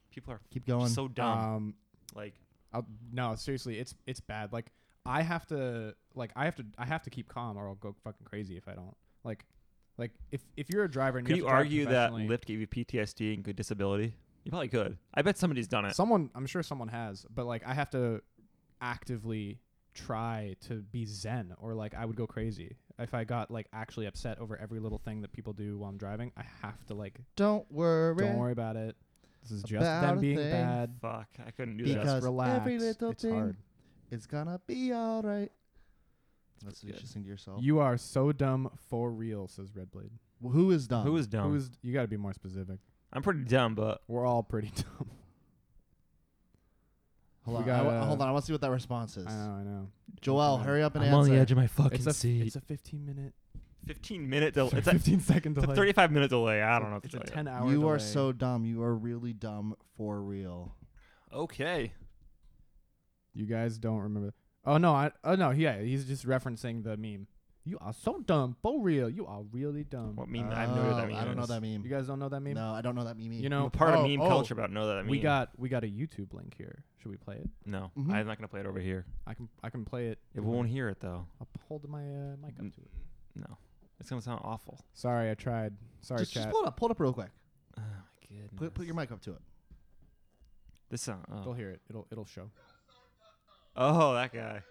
Speaker 3: People are
Speaker 2: Keep going. uh,
Speaker 3: so dumb.
Speaker 1: Um,
Speaker 3: like,
Speaker 1: I'll, no, seriously, it's it's bad. Like I have to like I have to I have to keep calm or I'll go fucking crazy if I don't. Like like if if you're a driver and
Speaker 3: could
Speaker 1: you,
Speaker 3: you
Speaker 1: have to drive
Speaker 3: argue that
Speaker 1: professionally-
Speaker 3: Lyft gave you PTSD and good disability? You probably could. I bet somebody's done it.
Speaker 1: someone I'm sure someone has, but like I have to actively try to be zen or like I would go crazy if I got like actually upset over every little thing that people do while I'm driving. I have to like
Speaker 2: Don't worry.
Speaker 1: don't worry about it. This is just
Speaker 2: About
Speaker 1: them
Speaker 2: a
Speaker 1: being
Speaker 2: thing.
Speaker 1: bad.
Speaker 3: Fuck, I couldn't do
Speaker 2: Because-
Speaker 3: that.
Speaker 1: Just relax.
Speaker 2: every little
Speaker 1: it's
Speaker 2: thing-
Speaker 1: hard.
Speaker 2: It's gonna be all right. That's what you
Speaker 3: good.
Speaker 2: should sing to yourself.
Speaker 1: You are so dumb for real, says Red Blade.
Speaker 2: Wh- who is dumb?
Speaker 3: Who is dumb?
Speaker 1: Who's you got to be more specific.
Speaker 3: I'm pretty dumb, but
Speaker 1: We're all pretty [laughs] dumb.
Speaker 2: Hold
Speaker 1: We
Speaker 2: on. I
Speaker 1: got,
Speaker 2: wa-
Speaker 1: uh,
Speaker 2: hold on. I want to see what that response is.
Speaker 1: I know, I know.
Speaker 2: Joel,
Speaker 1: Fucking-
Speaker 2: hurry up and
Speaker 3: I'm on
Speaker 2: answer.
Speaker 3: the edge of my fucking
Speaker 1: It's a,
Speaker 3: seat.
Speaker 1: it's a 15 minute,
Speaker 3: 15 minute
Speaker 1: [laughs]
Speaker 3: delay. It's, a-
Speaker 1: 15 second
Speaker 3: it's a
Speaker 1: delay.
Speaker 3: 35 minute delay. I don't know. What to
Speaker 1: It's a
Speaker 3: tell you.
Speaker 1: 10 hour.
Speaker 2: you
Speaker 1: delay.
Speaker 2: are so dumb. You are really dumb for real.
Speaker 3: Okay.
Speaker 1: You guys don't remember. Oh no, I oh no, yeah, he's just referencing the meme. You are so dumb, for real. You are really dumb.
Speaker 3: What meme? I have no idea what that
Speaker 2: Oh,
Speaker 3: meme.
Speaker 2: I don't know
Speaker 3: is.
Speaker 2: that meme.
Speaker 1: You guys don't know that meme?
Speaker 2: No, I don't know that meme.
Speaker 1: You
Speaker 3: I'm
Speaker 1: know,
Speaker 3: a part
Speaker 2: Oh,
Speaker 3: of meme
Speaker 2: oh.
Speaker 3: culture, but I don't know that meme.
Speaker 1: we got we got a YouTube link here. Should we play it?
Speaker 3: no.
Speaker 2: Mhm.
Speaker 3: I'm not gonna play it over here.
Speaker 1: I can I can play it.
Speaker 3: It won't Mm. hear it though.
Speaker 1: I'll hold my uh, mic up to it.
Speaker 3: No, it's gonna sound awful.
Speaker 1: Sorry, I tried. Sorry,
Speaker 2: just, just
Speaker 1: chat.
Speaker 2: pull it up. Pull it up real quick.
Speaker 3: Oh my goodness.
Speaker 2: Put, put your mic up to it.
Speaker 3: This sound.
Speaker 1: They'll
Speaker 3: Oh.
Speaker 1: hear it. It'll it'll show.
Speaker 3: oh, that guy.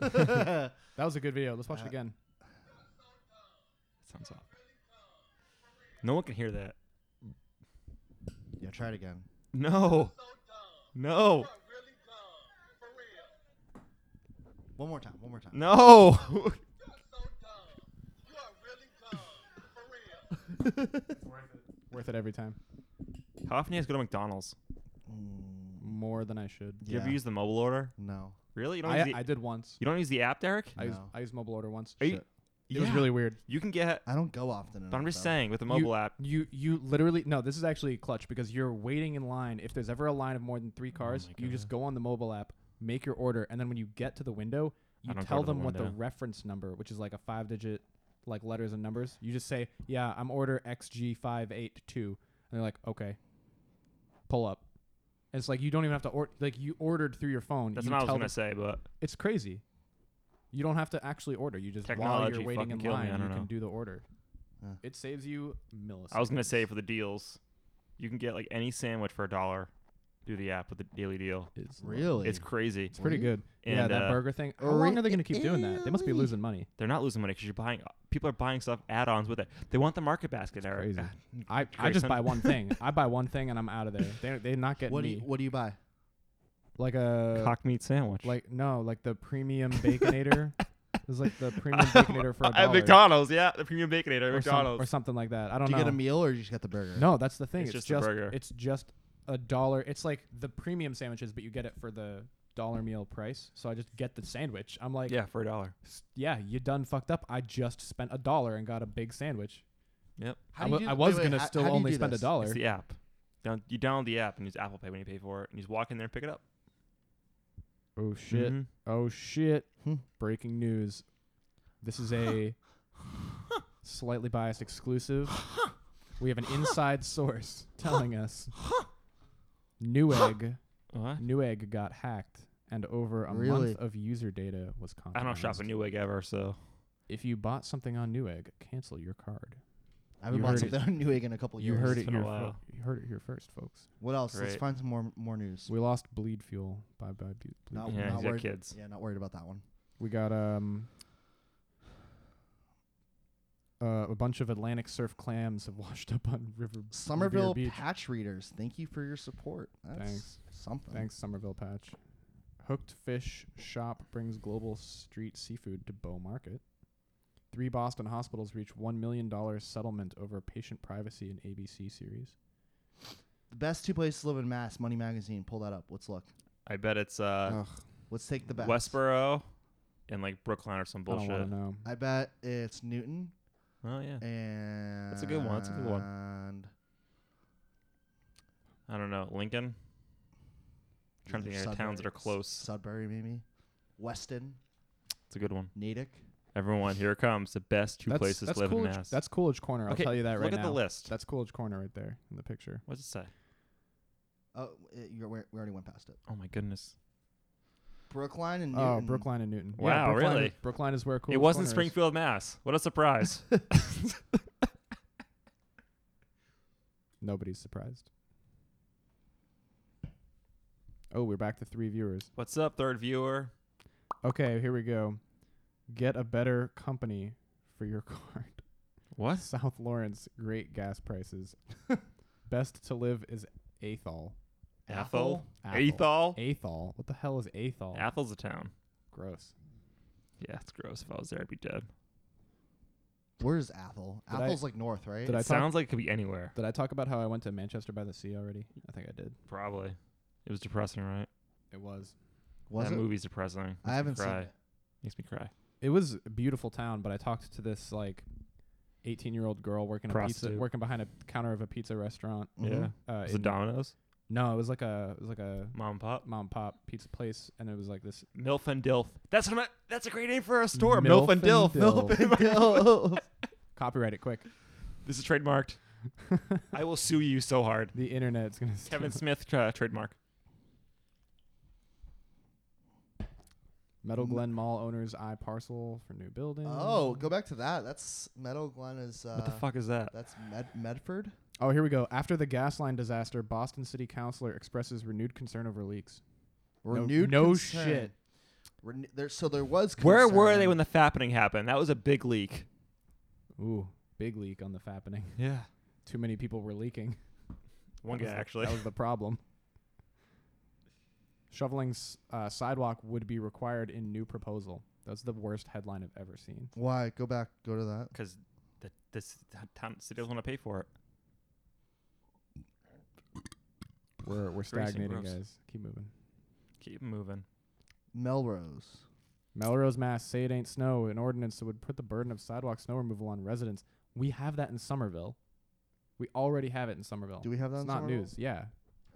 Speaker 1: That was a good video. Let's watch
Speaker 2: Uh,
Speaker 1: it again.
Speaker 3: That sounds awful. No one can hear that.
Speaker 2: [laughs] yeah, try it again.
Speaker 3: No. No.
Speaker 2: One more time. One more time.
Speaker 3: No. [laughs]
Speaker 1: Worth it every time.
Speaker 3: How often do you guys go to McDonald's?
Speaker 2: Mm,
Speaker 1: More than I should.
Speaker 3: Do you ever
Speaker 2: Yeah.
Speaker 3: use the mobile order?
Speaker 2: no.
Speaker 3: Really? You don't, use,
Speaker 1: I,
Speaker 3: the,
Speaker 1: I did once.
Speaker 3: you don't use the app, Derek?
Speaker 1: I used
Speaker 2: No.
Speaker 1: I used mobile order once.
Speaker 3: Are you-
Speaker 1: Shit. It was really weird.
Speaker 3: You can get.
Speaker 2: I don't go often enough.
Speaker 3: But I'm just
Speaker 2: though.
Speaker 3: saying, with the mobile app,
Speaker 1: You you literally no. This is actually clutch because you're waiting in line. If there's ever a line of more than three cars,
Speaker 3: Oh my
Speaker 1: you just go on the mobile app, make your order, and then when you get to the window, you
Speaker 3: don't go
Speaker 1: tell
Speaker 3: to the
Speaker 1: them what the
Speaker 3: window.
Speaker 1: reference number, which is like a five digit, like letters and numbers. You just say, "Yeah, I'm order XG five eight two," and they're like, "Okay, pull up." And it's like you don't even have to order. Like you ordered through your phone.
Speaker 3: that's
Speaker 1: you
Speaker 3: what I was
Speaker 1: tell
Speaker 3: gonna
Speaker 1: them-
Speaker 3: say, but
Speaker 1: It's crazy. You don't have to actually order. You just while
Speaker 3: Technology
Speaker 1: you're waiting
Speaker 3: fucking
Speaker 1: in
Speaker 3: killed me,
Speaker 1: line,
Speaker 3: I
Speaker 1: you
Speaker 3: don't know.
Speaker 1: can do the order.
Speaker 2: Yeah.
Speaker 1: It saves you milliseconds.
Speaker 3: I was gonna say for the deals, you can get like any sandwich for a dollar through the app with the daily deal.
Speaker 1: It's
Speaker 2: Really?
Speaker 3: It's crazy.
Speaker 1: It's pretty good. yeah,
Speaker 3: And,
Speaker 1: that
Speaker 3: uh,
Speaker 1: burger thing. How
Speaker 2: re-
Speaker 1: long are they going to keep doing that? They must be
Speaker 2: really?
Speaker 1: losing money.
Speaker 3: They're not losing money because you're buying. People are buying stuff add-ons with it. They want the market basket, Eric.
Speaker 1: crazy. I, I just
Speaker 3: Grayson.
Speaker 1: buy one
Speaker 3: [laughs]
Speaker 1: thing. I buy one thing and I'm out of there. They're, they're not getting
Speaker 2: What do
Speaker 1: me.
Speaker 2: you What do you buy?
Speaker 1: like a
Speaker 3: Cock meat sandwich.
Speaker 1: like no like the premium
Speaker 3: [laughs]
Speaker 1: baconator. it was like the premium baconator for a dollar.
Speaker 3: at McDonald's, yeah, the premium baconator at
Speaker 1: or, some-
Speaker 3: McDonald's.
Speaker 1: or something like that. I don't
Speaker 2: Do you
Speaker 1: know.
Speaker 2: get a meal or you just get the burger?
Speaker 1: No, that's the thing.
Speaker 3: It's just
Speaker 1: It's, just,
Speaker 3: a burger.
Speaker 1: It's just a dollar. It's like the premium sandwiches, but you get it for the dollar meal price. So I just get the sandwich. I'm like, yeah,
Speaker 3: yeah, for a dollar.
Speaker 1: yeah you done fucked up. I just spent a dollar and got a big sandwich.
Speaker 3: Yep,
Speaker 2: How
Speaker 1: I
Speaker 2: do you
Speaker 1: wa-
Speaker 2: do-
Speaker 1: I
Speaker 2: wait,
Speaker 1: was
Speaker 2: wait,
Speaker 1: gonna
Speaker 2: how-
Speaker 1: still
Speaker 2: how do you
Speaker 1: only
Speaker 2: do
Speaker 1: spend a
Speaker 2: this?
Speaker 1: dollar.
Speaker 3: it's the app. Down, you download the app and use Apple Pay when you pay for it, and you just walk in there and pick it up.
Speaker 1: Oh shit!
Speaker 3: Mhm.
Speaker 1: Oh shit!
Speaker 2: Hmm.
Speaker 1: Breaking news. This
Speaker 2: [laughs]
Speaker 1: is a slightly biased exclusive. We have an
Speaker 2: [laughs]
Speaker 1: inside source telling us Newegg
Speaker 3: What?
Speaker 1: Newegg got hacked, and over a
Speaker 2: Really?
Speaker 1: month of user data was
Speaker 3: I
Speaker 1: compromised.
Speaker 3: don't shop at Newegg ever, so
Speaker 1: If you bought something on Newegg, cancel your card.
Speaker 2: I haven't
Speaker 1: You
Speaker 2: bought
Speaker 1: heard it-
Speaker 2: something on Newegg in a couple
Speaker 1: You
Speaker 2: years.
Speaker 1: heard
Speaker 3: It's
Speaker 1: it
Speaker 3: been a
Speaker 1: here. fir-
Speaker 3: while.
Speaker 1: you heard it here first, folks.
Speaker 2: What else? Let's
Speaker 3: Great.
Speaker 2: find some more more news.
Speaker 1: We lost Bleed Fuel by by Bleed.
Speaker 2: Not-
Speaker 1: Fuel.
Speaker 3: yeah, he's got
Speaker 2: worried.
Speaker 3: kids.
Speaker 2: Yeah, not worried about that one.
Speaker 1: We got um uh, a bunch of Atlantic surf clams have washed up on River Revere
Speaker 2: Somerville
Speaker 1: Beach.
Speaker 2: Patch Readers, thank you for your support. That's
Speaker 1: Thanks.
Speaker 2: something.
Speaker 1: Thanks, Somerville Patch. Hooked Fish Shop brings global street seafood to Bow Market. Three Boston hospitals reach $1 million settlement over patient privacy in ABC series.
Speaker 2: The best two places to live in Mass, Money Magazine. Pull that up. Let's look.
Speaker 3: I bet it's uh,
Speaker 1: Ugh,
Speaker 2: Let's take the best.
Speaker 3: Westboro and like Brookline or some
Speaker 1: I don't
Speaker 3: bullshit.
Speaker 1: want to know.
Speaker 2: I bet it's Newton
Speaker 3: Oh yeah,
Speaker 2: and
Speaker 3: a good one. That's a good one.
Speaker 2: And
Speaker 3: I don't know Lincoln. Trying to
Speaker 2: either
Speaker 3: think of any towns that are
Speaker 2: Sudbury-
Speaker 3: close.
Speaker 2: Sudbury, maybe. Weston,
Speaker 3: It's a good one.
Speaker 2: Natick.
Speaker 3: Everyone, here it comes the best two
Speaker 1: that's,
Speaker 3: places
Speaker 1: that's
Speaker 3: live in
Speaker 1: Coolidge,
Speaker 3: Mass.
Speaker 1: That's Coolidge Corner. I'll
Speaker 3: okay,
Speaker 1: tell you that
Speaker 3: look
Speaker 1: right
Speaker 3: at
Speaker 1: now.
Speaker 3: the list.
Speaker 1: That's Coolidge Corner right there in the picture.
Speaker 3: What's it say?
Speaker 2: Oh, it, you're, we already went past it.
Speaker 3: Oh my goodness!
Speaker 2: Brookline and Newton.
Speaker 1: Oh, Brookline and Newton. Yeah,
Speaker 3: Wow,
Speaker 1: Brookline-
Speaker 3: really?
Speaker 1: Brookline is where Coolidge
Speaker 3: it wasn't
Speaker 1: Corner is.
Speaker 3: Springfield, Mass. What a surprise!
Speaker 1: Nobody's surprised. Oh, we're back to three viewers.
Speaker 3: What's up, third viewer?
Speaker 1: Okay, here we go. Get a better company for your [laughs] card.
Speaker 3: What?
Speaker 1: South Lawrence, great gas prices. [laughs] Best to live is Athol.
Speaker 3: Athol?
Speaker 1: Athol.
Speaker 3: Athol?
Speaker 1: Athol. What the hell is Athol?
Speaker 3: Athol's a town.
Speaker 1: Gross.
Speaker 3: Yeah, it's gross. If I was there, I'd be dead.
Speaker 2: Where's Athol?
Speaker 1: Did I-
Speaker 2: Athol's like north, right?
Speaker 1: Did I
Speaker 3: it
Speaker 1: talk-
Speaker 3: sounds like it could be anywhere.
Speaker 1: Did I talk about how I went to Manchester by the Sea already? I think I did.
Speaker 3: Probably. It was depressing, right?
Speaker 1: It was.
Speaker 2: Was
Speaker 3: that
Speaker 2: it?
Speaker 3: movie's depressing. Makes
Speaker 2: I
Speaker 3: me
Speaker 2: haven't seen
Speaker 3: cry.
Speaker 2: it.
Speaker 3: Makes me cry.
Speaker 1: It was a beautiful town, but I talked to this like 18-year-old girl working a pizza,
Speaker 3: Prostitute.
Speaker 1: working behind a counter of a pizza restaurant.
Speaker 3: Yeah.
Speaker 2: Mhm.
Speaker 1: Uh,
Speaker 3: Was it
Speaker 1: in-
Speaker 3: Domino's?
Speaker 1: no, it was like a it was like a
Speaker 3: Mom and Pop?
Speaker 1: mom and pop pizza place, and it was like this
Speaker 3: Milf and Dilf. That's what I, that's a great name for a store.
Speaker 1: Milf
Speaker 3: Milf, and
Speaker 1: and
Speaker 3: Dilf.
Speaker 1: Dilf.
Speaker 3: Milf and
Speaker 2: Mm-hmm.
Speaker 3: Dilf.
Speaker 1: [laughs] copyright it quick.
Speaker 3: this is trademarked. I will sue you so hard.
Speaker 1: The internet's gonna steal
Speaker 3: Kevin
Speaker 1: it.
Speaker 3: Smith tra- trademark.
Speaker 1: Metal
Speaker 2: M-
Speaker 1: Glen Mall owners eye parcel for new building.
Speaker 2: Oh, go back to that. That's Meadow Glen is. Uh,
Speaker 3: what the fuck is that?
Speaker 2: That's Med- Medford.
Speaker 1: Oh, here we go. After the gas line disaster, Boston City Councilor expresses renewed concern over leaks. No-
Speaker 2: Renewed.
Speaker 1: no
Speaker 2: concern.
Speaker 1: shit.
Speaker 2: Rene- there, so there was.
Speaker 3: Where were
Speaker 2: concern.
Speaker 3: they when the fappening happened? That was a big leak.
Speaker 1: Ooh, big leak on the fappening. [laughs]
Speaker 3: Yeah.
Speaker 1: Too many people were leaking.
Speaker 3: One guy
Speaker 1: That was the-
Speaker 3: actually. [laughs]
Speaker 1: That was the problem. Shoveling s- uh, sidewalk would be required in new proposal. That's the worst headline I've ever seen.
Speaker 2: Why? Go back. Go to that.
Speaker 3: Because the this town city doesn't want to pay for it.
Speaker 1: We're we're
Speaker 3: Greasy and
Speaker 1: stagnating,
Speaker 3: gross.
Speaker 1: guys. Keep moving.
Speaker 3: Keep moving.
Speaker 2: Melrose.
Speaker 1: Melrose, Mass. Say it ain't snow. An ordinance that would put the burden of sidewalk snow removal on residents. We have that in Somerville. We already have it in Somerville.
Speaker 2: Do we have that?
Speaker 1: it's
Speaker 2: in
Speaker 1: not
Speaker 2: Somerville?
Speaker 1: news. Yeah,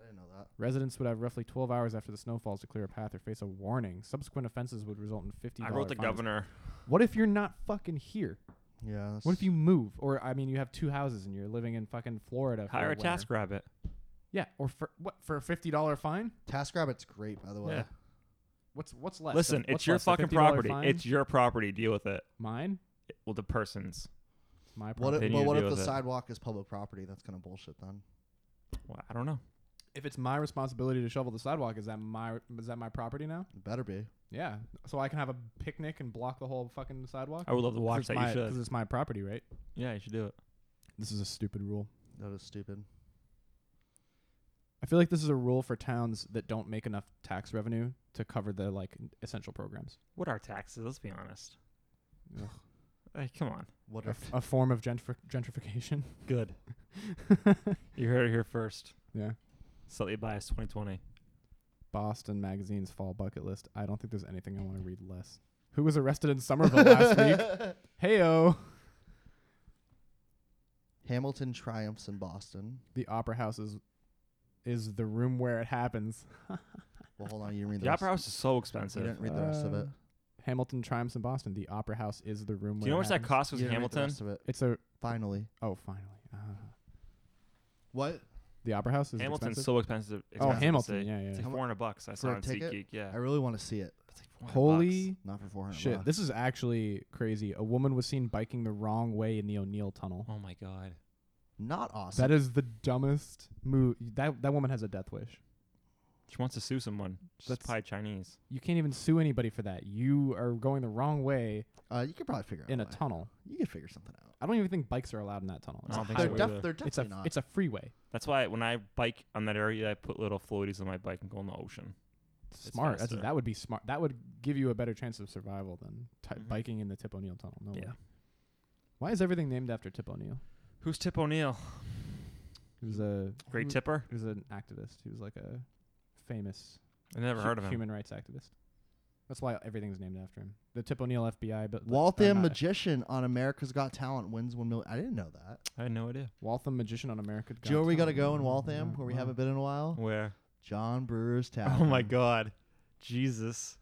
Speaker 2: I didn't know that.
Speaker 1: Residents would have roughly 12 hours after the snow falls to clear a path or face a warning. Subsequent offenses would result in 50.
Speaker 3: I wrote the governor.
Speaker 1: What if you're not fucking here?
Speaker 2: Yeah.
Speaker 1: What if
Speaker 2: that's-
Speaker 1: you move? Or I mean, you have two houses and you're living in fucking Florida. For
Speaker 3: Hire a
Speaker 1: winter.
Speaker 3: task rabbit.
Speaker 1: Yeah, or for what for a fifty dollar fine?
Speaker 2: TaskRabbit's great, by the way.
Speaker 3: Yeah.
Speaker 1: What's what's left?
Speaker 3: Listen, it's your fucking property. It's your property. Deal with it.
Speaker 1: mine.
Speaker 3: Well, the person's.
Speaker 1: It's my
Speaker 2: What?
Speaker 1: property.
Speaker 3: They
Speaker 2: If,
Speaker 3: need
Speaker 2: but
Speaker 3: to
Speaker 2: what if
Speaker 3: deal
Speaker 2: the
Speaker 3: with it.
Speaker 2: sidewalk is public property? That's kind of bullshit then.
Speaker 3: Well, I don't know.
Speaker 1: if it's my responsibility to shovel the sidewalk, is that my is that my property now?
Speaker 2: It better be.
Speaker 1: Yeah, so I can have a picnic and block the whole fucking sidewalk.
Speaker 3: I would love to
Speaker 1: 'Cause
Speaker 3: watch
Speaker 1: it's
Speaker 3: that.
Speaker 1: my-
Speaker 3: you should.
Speaker 1: it's my property, right?
Speaker 3: Yeah, you should do it.
Speaker 1: This is a stupid rule.
Speaker 2: That is stupid.
Speaker 1: I feel like this is a rule for towns that don't make enough tax revenue to cover the like essential programs.
Speaker 3: What are taxes? Let's be honest.
Speaker 1: Ugh.
Speaker 3: Hey, come on.
Speaker 2: What
Speaker 1: A,
Speaker 2: if?
Speaker 1: [laughs] f- a form of gentr- gentrification. [laughs]
Speaker 3: Good. you heard it here first.
Speaker 1: yeah.
Speaker 3: Slightly biased 2020.
Speaker 1: Boston Magazine's fall bucket list. I don't think there's anything I want to read less. Who was arrested in Somerville last
Speaker 2: [laughs]
Speaker 1: week? Heyo.
Speaker 2: Hamilton triumphs in Boston.
Speaker 1: The opera house is is the room where it happens. [laughs]
Speaker 2: Well, hold on. You didn't read the,
Speaker 3: The
Speaker 2: rest.
Speaker 3: opera house is so
Speaker 2: You
Speaker 3: expensive.
Speaker 2: didn't read the rest of it.
Speaker 1: Uh, Hamilton triumphs in Boston. The opera house is the room.
Speaker 3: Do
Speaker 1: where
Speaker 3: you know
Speaker 1: it
Speaker 3: how much that
Speaker 1: happens.
Speaker 3: cost was
Speaker 2: You
Speaker 3: in
Speaker 2: didn't read the
Speaker 3: Hamilton?
Speaker 2: rest of it.
Speaker 1: It's a
Speaker 2: Finally.
Speaker 1: oh finally. Uh,
Speaker 2: What?
Speaker 1: the opera house is
Speaker 3: Hamilton's
Speaker 1: expensive?
Speaker 3: so expensive.
Speaker 1: Oh,
Speaker 3: expensive to
Speaker 1: Hamilton.
Speaker 3: see.
Speaker 1: Yeah,
Speaker 3: It's
Speaker 1: yeah.
Speaker 3: like
Speaker 2: How mu-
Speaker 3: 400 bucks. I saw
Speaker 2: a
Speaker 3: on
Speaker 2: ticket?
Speaker 3: SeatGeek. Yeah.
Speaker 2: I really want to see it.
Speaker 3: It's like 400
Speaker 1: Holy
Speaker 3: bucks.
Speaker 2: Not for 400
Speaker 1: Shit,
Speaker 2: bucks.
Speaker 1: this is actually crazy. A woman was seen biking the wrong way in the O'Neill Tunnel.
Speaker 3: Oh my god.
Speaker 2: Not awesome.
Speaker 1: That is the dumbest move. That that woman has a death wish.
Speaker 3: She wants to sue someone. She's
Speaker 1: That's-
Speaker 3: probably Chinese.
Speaker 1: You can't even sue anybody for that. You are going the wrong way
Speaker 2: uh, you could probably figure out
Speaker 1: in a
Speaker 2: why.
Speaker 1: tunnel.
Speaker 2: You could figure something out.
Speaker 1: I don't even think bikes are allowed in that tunnel.
Speaker 3: I don't
Speaker 1: It's a
Speaker 3: think so
Speaker 2: They're,
Speaker 1: highway.
Speaker 3: either.
Speaker 2: def- they're definitely
Speaker 1: It's a
Speaker 2: not.
Speaker 1: it's a freeway.
Speaker 3: That's why when I bike on that area, I put little floaties on my bike and go in the ocean. It's
Speaker 1: Smart. That's,
Speaker 3: faster.
Speaker 1: that would be smart. That would give you a better chance of survival than t-
Speaker 3: Mhm.
Speaker 1: biking in the Tip O'Neill Tunnel. No
Speaker 3: Yeah.
Speaker 1: way. Why is everything named after Tip O'Neill?
Speaker 3: Who's Tip O'Neill?
Speaker 1: He was a
Speaker 3: Great
Speaker 1: he,
Speaker 3: tipper.
Speaker 1: He was an activist. He was like a famous
Speaker 3: I never
Speaker 1: hu-
Speaker 3: heard of him.
Speaker 1: Human rights activist. That's why everything's named after him. The Tip O'Neill FBI, but
Speaker 2: Waltham magician on America's Got Talent wins one million. I didn't know that.
Speaker 3: I had no idea.
Speaker 1: Waltham magician on America.
Speaker 2: Do you know where we gotta go in
Speaker 1: Talent.
Speaker 2: Waltham,
Speaker 1: Yeah,
Speaker 2: where we
Speaker 1: wow.
Speaker 2: haven't been in a while?
Speaker 3: Where?
Speaker 2: John
Speaker 1: [laughs]
Speaker 2: Brewer's Tavern.
Speaker 3: Oh
Speaker 1: Mm.
Speaker 3: my god. Jesus.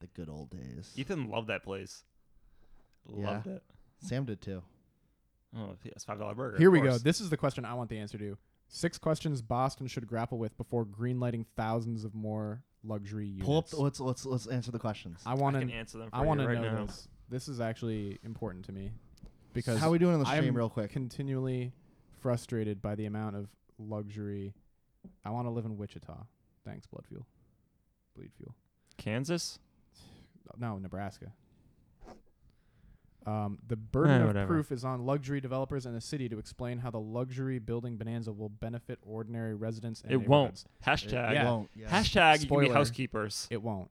Speaker 2: The good old days.
Speaker 3: Ethan loved that place. Loved it.
Speaker 2: Sam did too.
Speaker 3: Oh, it's five dollar burger.
Speaker 1: Here
Speaker 3: of
Speaker 1: we go.
Speaker 3: course.
Speaker 1: This is the question I want the answer to. Six questions Boston should grapple with before greenlighting thousands of more luxury units.
Speaker 2: Pull up. The, let's let's let's answer the questions.
Speaker 1: I want
Speaker 3: I
Speaker 1: to.
Speaker 3: can answer them. For
Speaker 1: I want to
Speaker 3: you right
Speaker 1: know
Speaker 3: now.
Speaker 1: this. This is actually important to me because
Speaker 2: how we doing on the stream,
Speaker 1: I'm
Speaker 2: real quick?
Speaker 1: continually frustrated by the amount of luxury. I want to live in Wichita. Thanks, Bloodfuel. bleed fuel. Uh,
Speaker 3: Kansas?
Speaker 1: No, Nebraska. Um, the burden of
Speaker 3: Eh, whatever.
Speaker 1: proof is on luxury developers and the city to explain how the luxury building bonanza will benefit ordinary residents. And
Speaker 3: It won't.
Speaker 1: neighborhoods.
Speaker 3: Hashtag.
Speaker 1: Uh, Yeah.
Speaker 2: won't. Yeah.
Speaker 3: Hashtag you can be
Speaker 1: Spoiler.
Speaker 3: housekeepers.
Speaker 1: It won't.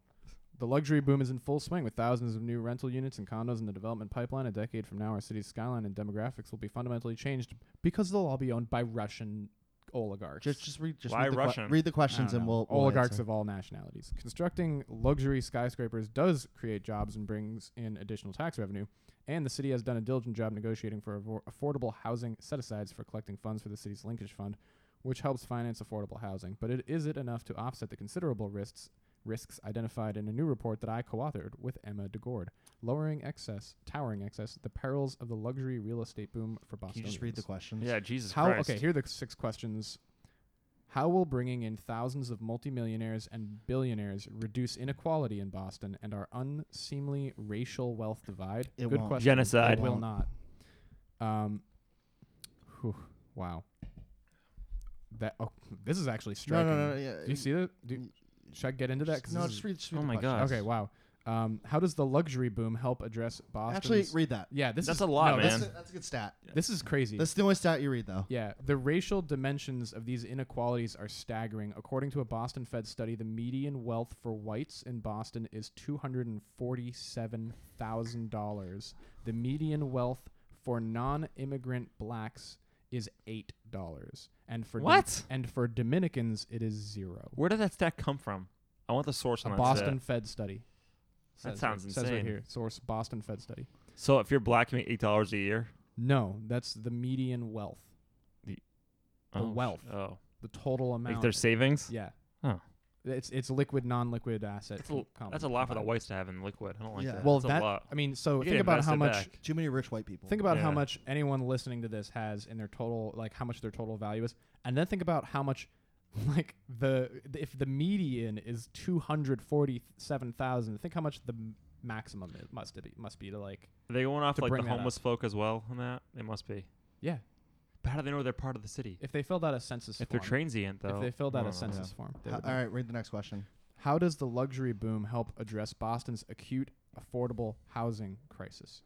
Speaker 1: The luxury boom is in full swing with thousands of new rental units and condos in the development pipeline. A decade from now, our city's skyline and demographics will be fundamentally changed because they'll all be owned by Russian oligarchs.
Speaker 2: Just, just read. Just
Speaker 3: Why
Speaker 2: read the que-
Speaker 3: Russian?
Speaker 2: read the
Speaker 1: I don't
Speaker 2: questions, and
Speaker 1: know.
Speaker 2: we'll, we'll
Speaker 1: oligarchs
Speaker 2: answer.
Speaker 1: of all nationalities. Constructing luxury skyscrapers does create jobs and brings in additional tax revenue, and the city has done a diligent job negotiating for avor- affordable housing set asides for collecting funds for the city's linkage fund, which helps finance affordable housing. But it is it enough to offset the considerable risks risks identified in a new report that I co-authored with Emma DeGord, lowering excess, towering excess, the perils of the luxury real estate boom for
Speaker 2: Can
Speaker 1: Boston.
Speaker 2: you just read the questions?
Speaker 3: Yeah, Jesus
Speaker 1: How
Speaker 3: Christ.
Speaker 1: okay? Here are the six questions. How will bringing in thousands of multimillionaires and billionaires reduce inequality in Boston and our unseemly racial wealth divide?
Speaker 2: It
Speaker 1: Good
Speaker 2: won't.
Speaker 1: question.
Speaker 3: Genocide.
Speaker 1: It will
Speaker 2: Won't.
Speaker 1: not. Um. whew, wow. That oh, this is actually
Speaker 2: No,
Speaker 1: striking.
Speaker 2: no, no, no. Yeah.
Speaker 1: Do you see that? Do,
Speaker 2: Mm,
Speaker 1: should I get into that?
Speaker 2: just- no,
Speaker 1: this
Speaker 2: just
Speaker 1: is-
Speaker 2: read. Just read
Speaker 3: Oh
Speaker 2: the
Speaker 3: my
Speaker 2: questions.
Speaker 3: gosh.
Speaker 1: okay. Wow. Um. How does the luxury boom help address Boston?
Speaker 2: Actually, read that.
Speaker 1: yeah. This
Speaker 3: That's
Speaker 1: is
Speaker 3: a lot,
Speaker 1: no,
Speaker 3: man.
Speaker 1: This,
Speaker 2: That's a, that's a good stat.
Speaker 1: this is crazy.
Speaker 2: That's the only stat you read, though.
Speaker 1: Yeah, the racial dimensions of these inequalities are staggering. According to a Boston Fed study, the median wealth for whites in Boston is $247,000. The median wealth for non-immigrant blacks is $8. And for Dom-
Speaker 3: What?
Speaker 1: and for Dominicans it is 0.
Speaker 3: Where did that stat come from? I want the source
Speaker 1: A
Speaker 3: on that.
Speaker 1: Boston
Speaker 3: stat.
Speaker 1: Fed study.
Speaker 3: That
Speaker 1: Says
Speaker 3: sounds
Speaker 1: right- Says right
Speaker 3: insane.
Speaker 1: here, source Boston Fed study.
Speaker 3: So if you're black, you make eight dollars a year.
Speaker 1: No, that's the median wealth, The
Speaker 3: oh, sh-
Speaker 1: wealth.
Speaker 3: Oh,
Speaker 1: the total amount.
Speaker 3: like their savings.
Speaker 1: Yeah.
Speaker 3: Huh.
Speaker 1: It's it's liquid, non-liquid asset.
Speaker 3: That's a, l-
Speaker 1: com-
Speaker 3: that's a lot for the
Speaker 1: combined.
Speaker 3: whites to have in liquid. I don't like
Speaker 2: Yeah.
Speaker 3: that.
Speaker 1: Well,
Speaker 3: that's
Speaker 1: that-
Speaker 3: a lot.
Speaker 1: I mean, so
Speaker 3: You
Speaker 1: think
Speaker 3: can
Speaker 1: about
Speaker 3: invest
Speaker 1: how
Speaker 3: it
Speaker 1: much
Speaker 3: back.
Speaker 2: Too many rich white people.
Speaker 1: think about how
Speaker 3: Yeah.
Speaker 1: much anyone listening to this has in their total, like how much their total value is, and then think about how much, [laughs] like the if the median is two hundred forty-seven thousand, think how much the m- maximum it must be must be to like
Speaker 3: Are they going off
Speaker 1: to
Speaker 3: like
Speaker 1: bring
Speaker 3: the
Speaker 1: that up.
Speaker 3: homeless folk as well on that? They must be.
Speaker 1: yeah.
Speaker 3: But how do they know they're part of the city?
Speaker 1: If they filled out a census,
Speaker 3: If they're
Speaker 1: form,
Speaker 3: transient, though. Oh,
Speaker 1: if they filled out
Speaker 3: I
Speaker 1: a
Speaker 3: don't know.
Speaker 1: census form, they
Speaker 2: Ho-
Speaker 1: would know.
Speaker 2: all right, read the next question.
Speaker 1: How does the luxury boom help address Boston's acute affordable housing crisis?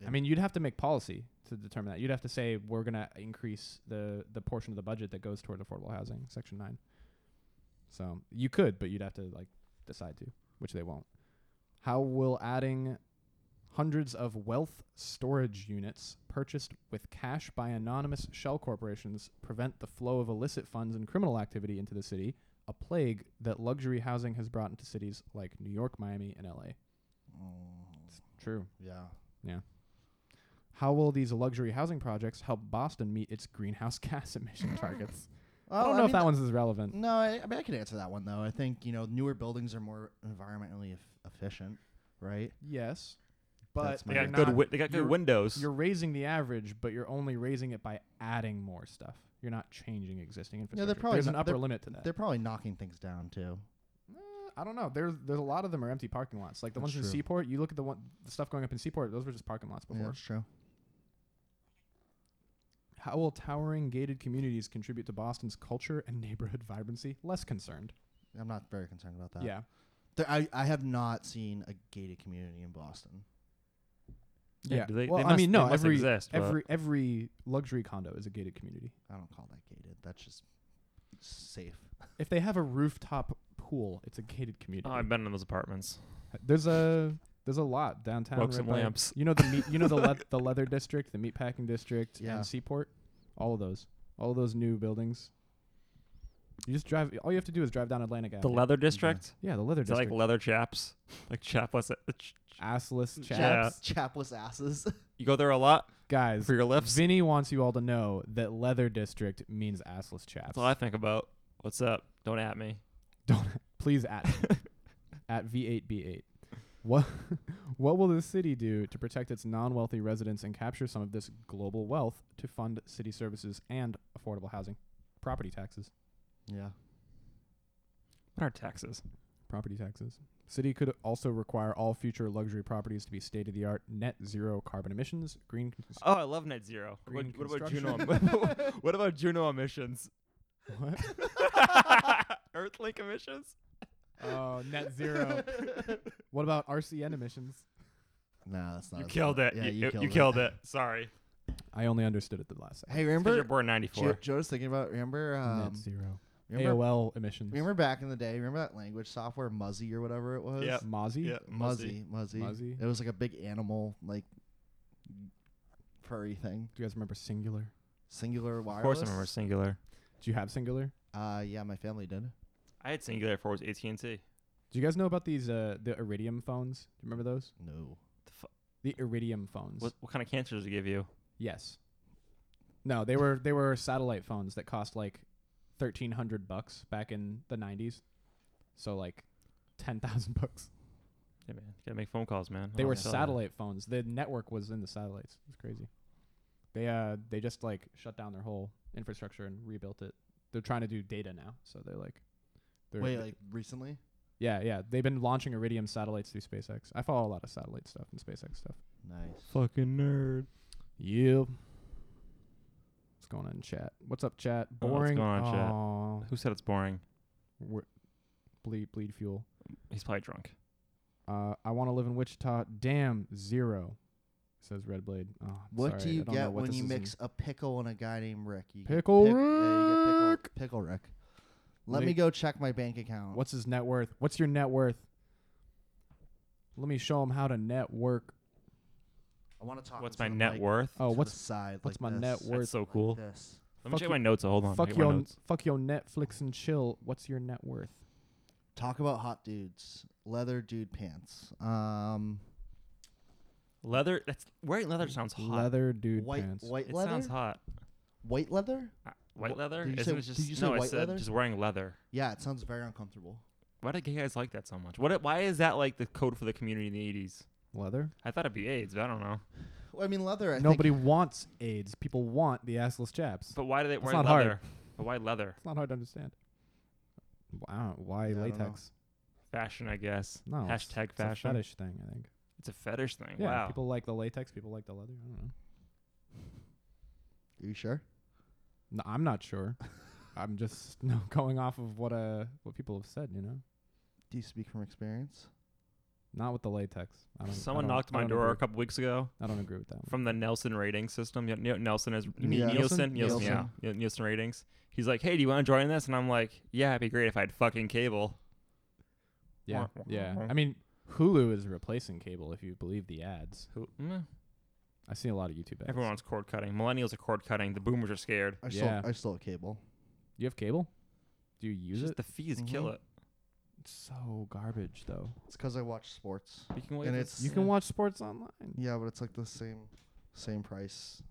Speaker 1: I
Speaker 2: Yeah.
Speaker 1: mean, you'd have to make policy to determine that. You'd have to say we're going to increase the the portion of the budget that goes toward affordable housing, section 9. So, you could, but you'd have to like decide to, which they won't. How will adding hundreds of wealth storage units purchased with cash by anonymous shell corporations prevent the flow of illicit funds and criminal activity into the city, a plague that luxury housing has brought into cities like New York, Miami, and LA.
Speaker 2: Mm,
Speaker 1: True.
Speaker 2: yeah.
Speaker 1: How will these luxury housing projects help Boston meet its greenhouse [laughs] gas emission targets? Oh, I
Speaker 2: Well,
Speaker 1: don't know if
Speaker 2: mean,
Speaker 1: that one's as relevant.
Speaker 2: No, I, I mean I can answer that one though. I think you know newer buildings are more environmentally eff efficient, right?
Speaker 1: Yes, but
Speaker 2: That's
Speaker 3: They
Speaker 2: You're
Speaker 3: got good.
Speaker 1: not-
Speaker 3: Wi- they got good
Speaker 1: you're-
Speaker 3: windows.
Speaker 1: You're raising the average, but you're only raising it by adding more stuff. You're not changing existing infrastructure.
Speaker 2: probably
Speaker 1: There's an
Speaker 2: not-
Speaker 1: upper
Speaker 2: they're-
Speaker 1: limit to that.
Speaker 2: They're probably knocking things down too.
Speaker 1: I don't know. There's there's a lot of them are empty parking lots. Like the
Speaker 2: That's
Speaker 1: ones in
Speaker 2: true.
Speaker 1: Seaport, you look at the one the stuff going up in Seaport, those were just parking lots
Speaker 2: Yeah,
Speaker 1: before.
Speaker 2: that's true.
Speaker 1: How will towering gated communities contribute to Boston's culture and neighborhood vibrancy? Less concerned.
Speaker 2: I'm not very concerned about that.
Speaker 1: Yeah.
Speaker 2: There, I, I have not seen a gated community in Boston.
Speaker 3: Yeah,
Speaker 1: Yeah.
Speaker 3: do they- they
Speaker 1: well, I mean,
Speaker 3: must- they
Speaker 1: no.
Speaker 3: must
Speaker 1: Every
Speaker 3: exist, but-
Speaker 1: every every luxury condo is a gated community.
Speaker 2: I don't call that gated. That's just safe.
Speaker 1: If they have a rooftop pool, it's a gated community.
Speaker 3: oh, I've been in those apartments.
Speaker 1: there's a there's a lot downtown.
Speaker 3: Broke some
Speaker 1: by-
Speaker 3: lamps.
Speaker 1: You know the meat, you know the le- the leather district, the meatpacking district,
Speaker 2: Yeah.
Speaker 1: and Seaport. All of those, all of those new buildings. You just drive. All you have to do is drive down Atlantic Avenue.
Speaker 3: The leather district.
Speaker 1: Yeah, the leather
Speaker 3: Is that like
Speaker 1: district.
Speaker 3: leather chaps? Like chapless.
Speaker 1: Assless chaps.
Speaker 3: Yeah.
Speaker 2: Chapless asses. [laughs]
Speaker 3: You go there a lot
Speaker 1: Guys,
Speaker 3: for your lifts.
Speaker 1: Vinny wants you all to know that leather district means assless chaps.
Speaker 3: That's all I think about. What's up? Don't at me.
Speaker 1: Don't please at me. at V8B8. What [laughs] what will the city do to protect its non-wealthy residents and capture some of this global wealth to fund city services and affordable housing? Property taxes.
Speaker 2: yeah.
Speaker 3: What are taxes?
Speaker 1: Property taxes. City could also require all future luxury properties to be state of the art, net zero carbon emissions, green. [laughs] cons-
Speaker 3: Oh, I love net zero. What,
Speaker 1: Green
Speaker 3: what about Juno?
Speaker 1: construction. [laughs]
Speaker 3: em- [laughs] what about Juno emissions?
Speaker 1: What? [laughs]
Speaker 3: Earthlink emissions?
Speaker 1: Oh, net
Speaker 3: [laughs]
Speaker 1: zero. what about RCN emissions?
Speaker 2: No, that's not.
Speaker 3: You
Speaker 2: as
Speaker 3: killed
Speaker 2: bad.
Speaker 3: it.
Speaker 2: Yeah,
Speaker 3: you,
Speaker 2: you, killed, it.
Speaker 3: it. Sorry.
Speaker 1: I only understood it the last.
Speaker 2: Hey,
Speaker 3: Because you're
Speaker 2: remember?
Speaker 3: born 94.
Speaker 2: Joe was thinking about. Remember? Um,
Speaker 1: net zero.
Speaker 2: remember,
Speaker 1: AOL emissions.
Speaker 2: remember back in the day. Remember that language software, Muzzy or whatever it was.
Speaker 3: Yep.
Speaker 1: Mozzie?
Speaker 3: Yeah, Muzzy.
Speaker 2: Muzzy, Muzzy.
Speaker 1: Muzzy.
Speaker 2: It was like a big animal, like furry thing.
Speaker 1: Do you guys remember Singular?
Speaker 2: Singular wireless.
Speaker 3: Of course, I remember singular.
Speaker 1: Do you have Singular?
Speaker 2: Uh, yeah, my family did.
Speaker 3: I had singular before it was AT and T.
Speaker 1: Do you guys know about these uh the Iridium phones? Do you remember those?
Speaker 2: No.
Speaker 1: The Iridium phones.
Speaker 3: What, what kind of cancer does it give you?
Speaker 1: Yes. No, they were they were satellite phones that cost like thirteen hundred bucks back in the nineties. So like ten thousand [laughs] bucks.
Speaker 3: Yeah, man. gotta make phone calls, man.
Speaker 1: They
Speaker 3: Oh,
Speaker 1: were
Speaker 3: yeah.
Speaker 1: satellite phones. The network was in the satellites. It was crazy. They uh they just like shut down their whole infrastructure and rebuilt it. They're trying to do data now, so they're like they're
Speaker 2: Wait, like recently?
Speaker 1: Yeah, yeah. They've been launching Iridium satellites through SpaceX. I follow a lot of satellite stuff and SpaceX stuff.
Speaker 2: Nice.
Speaker 3: Fucking nerd.
Speaker 1: Yep. What's going on in chat? What's up, chat?
Speaker 3: Oh, what's
Speaker 1: Boring.
Speaker 3: going on in chat?
Speaker 1: Aw.
Speaker 3: Who said it's boring?
Speaker 1: We're- bleed, bleed fuel.
Speaker 3: He's probably drunk.
Speaker 1: Uh, I want to live in Wichita. Damn, zero, says Red Blade. Oh,
Speaker 2: What
Speaker 1: sorry,
Speaker 2: do
Speaker 1: I
Speaker 2: you
Speaker 1: don't know
Speaker 2: get
Speaker 1: what
Speaker 2: when
Speaker 1: this
Speaker 2: you
Speaker 1: is in-
Speaker 2: mix a pickle and a guy named Rick? You get
Speaker 1: Pickle
Speaker 2: pick- yeah, you get
Speaker 1: Rick.
Speaker 2: pickle, pickle Rick. Let
Speaker 1: Wait.
Speaker 2: me go check my bank account.
Speaker 1: What's his net worth? What's your net worth? Let me show him how to network.
Speaker 2: I want to talk.
Speaker 3: What's my
Speaker 2: into the
Speaker 3: net
Speaker 2: mic,
Speaker 3: worth?
Speaker 1: Oh,
Speaker 2: to the
Speaker 1: what's
Speaker 2: side?
Speaker 1: what's
Speaker 2: like
Speaker 1: my
Speaker 2: this,
Speaker 1: net
Speaker 2: like
Speaker 1: worth?
Speaker 3: That's so cool.
Speaker 2: This.
Speaker 3: Let me
Speaker 1: Fuck
Speaker 3: check
Speaker 1: you-
Speaker 3: my notes. Hold on.
Speaker 1: fuck
Speaker 3: Get my
Speaker 1: your
Speaker 3: notes.
Speaker 1: fuck your Netflix and chill. What's your net worth?
Speaker 2: Talk about hot dudes. Leather dude pants. Um,
Speaker 3: Leather. That's wearing leather sounds hot.
Speaker 1: Leather dude
Speaker 2: white
Speaker 1: pants.
Speaker 2: white
Speaker 3: It
Speaker 2: leather.
Speaker 3: sounds hot.
Speaker 2: White leather.
Speaker 3: Uh, White
Speaker 2: Wha-
Speaker 3: leather?
Speaker 2: did you
Speaker 3: Isn't
Speaker 2: say-
Speaker 3: it
Speaker 2: did
Speaker 3: just
Speaker 2: you say
Speaker 3: no? I
Speaker 2: white
Speaker 3: said
Speaker 2: leather?
Speaker 3: just wearing leather.
Speaker 2: Yeah, it sounds very uncomfortable.
Speaker 3: Why do gay guys like that so much? What? Why is that like the code for the community in the eighties?
Speaker 1: Leather.
Speaker 3: I thought it'd be AIDS, but I don't know.
Speaker 2: Well, I mean, leather. I think
Speaker 1: Nobody wants AIDS. People want the assless chaps.
Speaker 3: But why do they
Speaker 1: That's
Speaker 3: wear
Speaker 1: not
Speaker 3: leather?
Speaker 1: hard.
Speaker 3: But why leather?
Speaker 1: It's not hard to understand. Wow, why
Speaker 2: Yeah, I don't know.
Speaker 1: latex?
Speaker 3: Fashion, I guess.
Speaker 1: No, it's-
Speaker 3: Hashtag
Speaker 1: it's a
Speaker 3: fashion.
Speaker 1: fetish thing, I think.
Speaker 3: It's a fetish thing.
Speaker 1: Yeah,
Speaker 3: wow.
Speaker 1: people like the latex. People like the leather. I don't know.
Speaker 2: Are you sure?
Speaker 1: No, I'm
Speaker 2: [laughs]
Speaker 1: not sure. I'm just [laughs] you know, going off of what uh what people have said. You know,
Speaker 2: Do you speak from experience?
Speaker 1: not with the latex. I don't, I
Speaker 3: Someone
Speaker 1: don't-
Speaker 3: knocked
Speaker 1: I
Speaker 3: my
Speaker 1: don't
Speaker 3: door a
Speaker 1: Agree.
Speaker 3: couple weeks ago
Speaker 1: I don't agree with that. One.
Speaker 3: from the Nelson rating system. You know, Nelson is
Speaker 2: mean
Speaker 3: Nielsen?
Speaker 1: Nielsen?
Speaker 3: Nielsen, yeah, yeah, Nielsen ratings. He's like, "Hey, do you want to join this?" And I'm like, "Yeah, it'd be great if I had fucking cable."
Speaker 1: Yeah,
Speaker 3: Wah, wah,
Speaker 1: yeah.
Speaker 2: Mm-hmm.
Speaker 3: wah.
Speaker 1: I mean, Hulu is replacing cable if you believe the ads.
Speaker 3: Who? Mm,
Speaker 1: I see a lot of YouTube ads.
Speaker 3: everyone's cord cutting. Millennials are cord cutting. The boomers are scared.
Speaker 2: I
Speaker 1: Yeah.
Speaker 2: still I still have cable.
Speaker 1: You have cable? Do you use
Speaker 3: It's just
Speaker 1: it? Mm-hmm.
Speaker 3: the fees kill
Speaker 2: Mhm.
Speaker 3: it.
Speaker 1: It's so garbage though.
Speaker 2: It's because I watch sports.
Speaker 3: You can wait.
Speaker 2: And
Speaker 3: for-
Speaker 2: it's-
Speaker 1: You can watch sports online.
Speaker 2: Yeah, but it's like the same same price.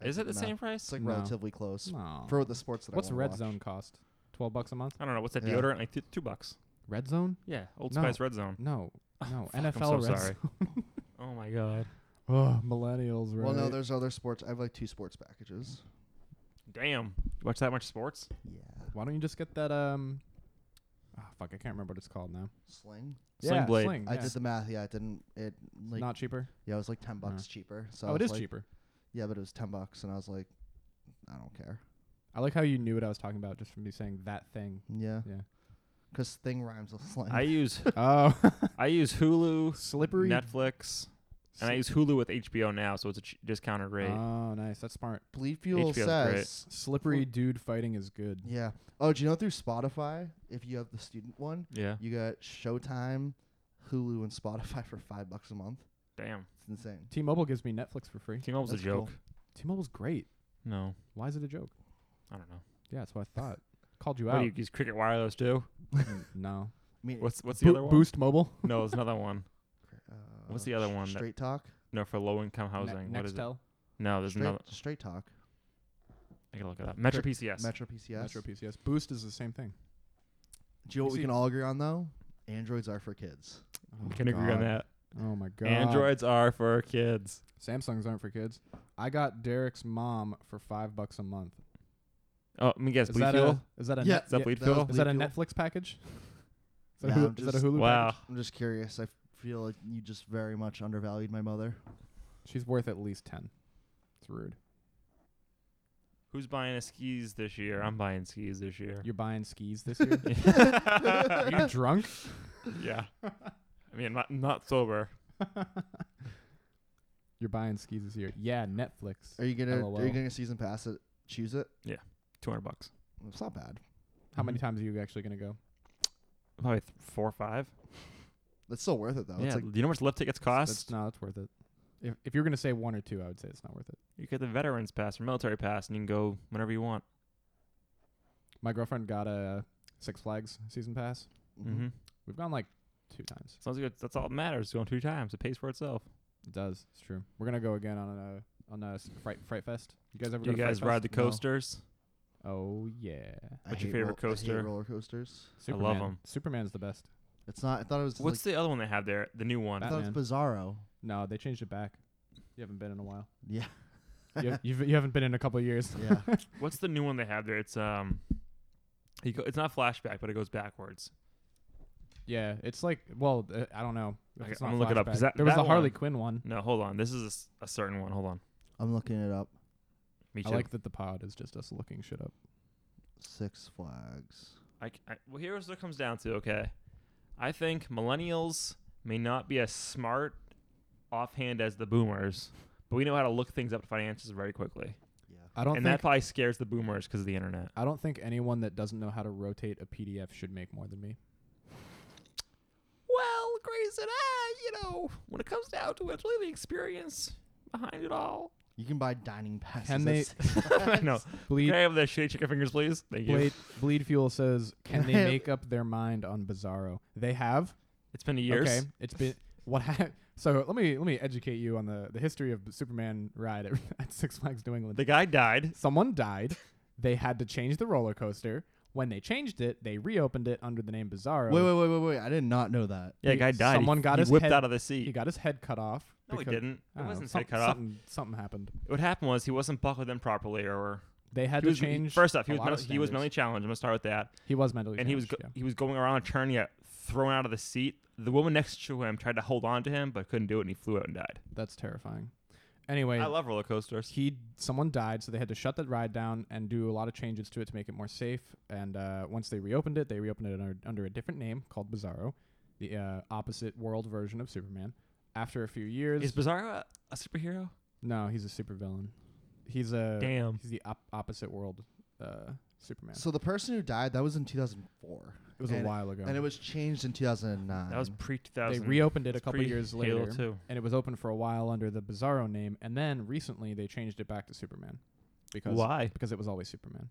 Speaker 2: I
Speaker 3: Is it
Speaker 2: did
Speaker 3: the
Speaker 2: math.
Speaker 3: same price?
Speaker 2: It's like
Speaker 1: No.
Speaker 2: relatively close
Speaker 1: No.
Speaker 2: for the sports that
Speaker 1: What's
Speaker 2: I wanna
Speaker 1: Red
Speaker 2: watch.
Speaker 1: Zone cost? Twelve bucks a month?
Speaker 3: I don't know. What's that
Speaker 2: Yeah.
Speaker 3: deodorant? Like th- two bucks.
Speaker 1: Red Zone?
Speaker 3: Yeah, Old
Speaker 1: No.
Speaker 3: Spice Red Zone.
Speaker 1: No, no.
Speaker 3: Fuck, I'm
Speaker 1: NFL
Speaker 3: so
Speaker 1: Red
Speaker 3: sorry. [laughs]
Speaker 1: Zone. [laughs]
Speaker 3: Oh my god.
Speaker 1: Oh, millennials, right?
Speaker 2: Well, no, there's other sports. I have like two sports packages.
Speaker 3: Damn. You watch that much sports?
Speaker 2: Yeah.
Speaker 1: Why don't you just get that? Um, oh, fuck, I can't remember what it's called now.
Speaker 2: Sling.
Speaker 3: Sling
Speaker 1: yeah,
Speaker 3: Blade.
Speaker 1: Sling,
Speaker 2: I
Speaker 1: yeah.
Speaker 2: did the math. Yeah, I didn't. It like
Speaker 1: not cheaper.
Speaker 2: yeah, it was like ten bucks cheaper. So I
Speaker 1: oh, it
Speaker 2: was
Speaker 1: is
Speaker 2: like-
Speaker 1: cheaper.
Speaker 2: Yeah, but it was ten bucks, and I was like, I don't care.
Speaker 1: I like how you knew what I was talking about just from me saying that
Speaker 2: [laughs]
Speaker 1: thing.
Speaker 2: Yeah,
Speaker 1: Yeah.
Speaker 2: because thing rhymes with sling.
Speaker 3: I use
Speaker 1: oh,
Speaker 3: I use Hulu,
Speaker 1: slippery. Oh,
Speaker 3: Netflix, and I use Hulu with HBO now, so it's a ch- discounted rate.
Speaker 1: Oh, nice. That's smart.
Speaker 2: Bleed Fuel
Speaker 3: HBO is great.
Speaker 2: says.
Speaker 1: Slippery dude fighting is good.
Speaker 2: Yeah. Oh, do you know through Spotify, if you have the student one,
Speaker 3: yeah.
Speaker 2: you get Showtime, Hulu, and Spotify [laughs] for five bucks a month.
Speaker 3: Damn.
Speaker 2: It's insane.
Speaker 1: T-Mobile gives me Netflix for free.
Speaker 3: Team Up was a
Speaker 2: That's cool.
Speaker 3: joke.
Speaker 1: T-Mobile's great.
Speaker 3: No,
Speaker 1: Why is it a joke?
Speaker 3: I don't know.
Speaker 1: Yeah, that's what I thought. Called you
Speaker 3: What
Speaker 1: out.
Speaker 3: do you use Cricket Wireless too?
Speaker 1: Mm, [laughs] no.
Speaker 2: I mean,
Speaker 3: What's what's the
Speaker 1: Bo-
Speaker 3: other one?
Speaker 1: Boost Mobile.
Speaker 3: No, it's another one.
Speaker 2: uh,
Speaker 3: what's the other
Speaker 2: Sh-
Speaker 3: one that-
Speaker 2: Straight Talk.
Speaker 3: No, for low income housing.
Speaker 1: Ne-
Speaker 3: what is it?
Speaker 1: Nextel,
Speaker 3: No, there's
Speaker 2: straight,
Speaker 3: another.
Speaker 2: straight Talk.
Speaker 3: I gotta look it up. Metro PCS.
Speaker 2: Metro PCS.
Speaker 1: Metro PCS. Boost is the same thing.
Speaker 2: Do you know what
Speaker 1: You
Speaker 2: we can
Speaker 1: see-
Speaker 2: all agree on though? Androids are for kids.
Speaker 1: Oh,
Speaker 3: We can agree on
Speaker 1: God.
Speaker 3: that.
Speaker 1: Oh my god.
Speaker 3: Androids are for kids.
Speaker 1: Samsungs aren't for kids. I got Derek's mom for five bucks a month.
Speaker 3: Oh, let me guess.
Speaker 1: Is
Speaker 3: Bleed
Speaker 1: that
Speaker 3: Fuel.
Speaker 1: a is that a
Speaker 2: Yeah,
Speaker 1: net-
Speaker 3: Is that Bleed
Speaker 2: that was
Speaker 3: Fuel?
Speaker 1: is that a
Speaker 2: Bleed Fuel. [laughs]
Speaker 1: Netflix package? Is that,
Speaker 2: Nah,
Speaker 1: a,
Speaker 2: I'm
Speaker 1: Hulu, is that a
Speaker 2: just-
Speaker 1: Hulu?
Speaker 3: Wow.
Speaker 1: package?
Speaker 2: I'm just curious. I f- feel like you just very much undervalued my mother.
Speaker 1: She's worth at least ten. It's rude.
Speaker 3: Who's buying a skis this year? I'm buying skis this year.
Speaker 1: You're buying skis this year? Are you
Speaker 2: [laughs]
Speaker 1: drunk?
Speaker 3: [laughs] yeah. I mean, not not sober.
Speaker 1: You're buying skis this year. Yeah, Netflix.
Speaker 2: Are you gonna
Speaker 1: LOL.
Speaker 2: are you gonna season pass it? Choose it.
Speaker 3: Two hundred bucks.
Speaker 2: It's not bad.
Speaker 1: How many times are you actually going to go?
Speaker 3: Probably th- four or five.
Speaker 2: That's still worth it though.
Speaker 3: yeah.
Speaker 2: Oh, It's like
Speaker 3: Do you know how much lift tickets
Speaker 1: That's
Speaker 3: cost?
Speaker 1: no, it's worth it. If, if you're going to say one or two, I would say it's not worth it.
Speaker 3: you get the veterans pass or military pass, and you can go whenever you want.
Speaker 1: My girlfriend got a Six Flags season pass.
Speaker 3: Mm-hmm.
Speaker 1: We've gone like two times.
Speaker 3: Sounds good. That's all that matters. Going two times, it pays for itself.
Speaker 1: It does. It's true. We're going to go again on a on a s- fright, fright fest. You guys ever
Speaker 3: Do
Speaker 1: go
Speaker 3: you
Speaker 1: to Fright
Speaker 3: guys ride the
Speaker 1: Fest?
Speaker 3: coasters?
Speaker 1: No. Oh yeah.
Speaker 2: I
Speaker 3: What's your
Speaker 2: hate
Speaker 3: favorite
Speaker 2: roll- I hate
Speaker 3: coaster?
Speaker 2: roller coasters.
Speaker 3: love
Speaker 1: Superman.
Speaker 3: 'em.
Speaker 1: Superman's the best.
Speaker 2: It's not. I thought it was.
Speaker 3: What's the other one they have there? The new one.
Speaker 2: like, I thought it
Speaker 1: Batman.
Speaker 2: was Bizarro.
Speaker 1: No, they changed it back. You haven't been in a while.
Speaker 2: Yeah.
Speaker 1: You, have- you've, you haven't been in a couple
Speaker 3: [laughs]
Speaker 1: of years.
Speaker 2: Yeah.
Speaker 3: What's the new one they have there? It's um, you go, it's not flashback, but it goes backwards.
Speaker 1: Yeah, it's like well, uh, I don't know. if
Speaker 3: Okay,
Speaker 1: it's not
Speaker 3: I'm gonna look it up, 'cause
Speaker 1: flashback.
Speaker 3: that-
Speaker 1: there was
Speaker 3: that
Speaker 1: a Harley
Speaker 3: one-
Speaker 1: Quinn one.
Speaker 3: No, hold on. This is a s- a, certain one. Hold on.
Speaker 2: I'm looking it up.
Speaker 3: Me too.
Speaker 1: I like that the pod is just us looking shit up.
Speaker 2: Six Flags.
Speaker 3: I, c- I- well, here's what it comes down to. Okay, I think millennials may not be as smart offhand as the boomers, but we know how to look things up to find answers very quickly,
Speaker 2: Yeah.
Speaker 1: I don't
Speaker 3: and
Speaker 1: think
Speaker 3: that probably scares the boomers because of the internet.
Speaker 1: I don't think anyone that doesn't know how to rotate a PDF should make more
Speaker 3: [laughs]
Speaker 1: than me.
Speaker 3: Well, Grayson, ah, you know, when it comes down to it, it's really the experience behind it all.
Speaker 2: You can buy dining passes.
Speaker 1: Can
Speaker 2: at
Speaker 1: they-
Speaker 2: Six
Speaker 3: I know.
Speaker 1: Bleed
Speaker 3: Can I have the shitty chicken fingers, please? Thank you. [laughs]
Speaker 1: Bleed, Bleed Fuel says, "Can they make up their mind on Bizarro?" They have.
Speaker 3: It's been years.
Speaker 1: Okay, it's been what. Ha- [laughs] so let me let me educate you on the the history of Superman ride at, [laughs] at Six Flags New England.
Speaker 3: The guy died.
Speaker 1: Someone died. They had to change the roller coaster. When they changed it, they reopened it under the name Bizarro.
Speaker 2: Wait, wait, wait, wait, wait! I did not know that.
Speaker 3: Yeah,
Speaker 1: He-
Speaker 3: guy died. He-
Speaker 1: someone got
Speaker 3: he
Speaker 1: his
Speaker 3: whipped
Speaker 1: head-
Speaker 3: out of the
Speaker 1: He
Speaker 3: seat.
Speaker 1: got his head cut off.
Speaker 3: no, he
Speaker 1: because-
Speaker 3: didn't.
Speaker 1: I
Speaker 3: It
Speaker 1: don't know,
Speaker 3: wasn't
Speaker 1: some-
Speaker 3: head cut off.
Speaker 1: Something, something happened.
Speaker 3: What happened was he wasn't buckled in properly, or
Speaker 1: They had
Speaker 3: he was,
Speaker 1: to change.
Speaker 3: first off, he
Speaker 1: a
Speaker 3: was
Speaker 1: lot of
Speaker 3: mentally, he was
Speaker 1: standards.
Speaker 3: mentally challenged. I'm gonna start with that.
Speaker 1: He was mentally.
Speaker 3: and he was go-
Speaker 1: challenged, yeah.
Speaker 3: he was going around a turn. He got thrown out of the seat. The woman next to him tried to hold on to him, but couldn't do it, and he flew out and died.
Speaker 1: That's terrifying. Anyway,
Speaker 3: I love roller coasters.
Speaker 1: he someone died, so they had to shut that ride down and do a lot of changes to it to make it more safe. And uh, once they reopened it, they reopened it under, under a different name called Bizarro, the uh, opposite world version of Superman. After a few years,
Speaker 3: Is Bizarro a, a superhero?
Speaker 1: no, he's a supervillain. He's a
Speaker 3: Damn.
Speaker 1: he's the op- opposite world uh, Superman.
Speaker 2: So the person who died that was in 2004,
Speaker 1: it was a
Speaker 2: and-
Speaker 1: while ago,
Speaker 2: and it was changed in 2009.
Speaker 3: That was pre
Speaker 1: they
Speaker 3: 2000.
Speaker 1: reopened it a
Speaker 3: It's
Speaker 1: couple
Speaker 3: pre-
Speaker 1: years
Speaker 3: Halo
Speaker 1: later,
Speaker 3: 2.
Speaker 1: and it was open for a while under the Bizarro name, and then recently they changed it back to Superman because
Speaker 3: Why?
Speaker 1: because it was always Superman.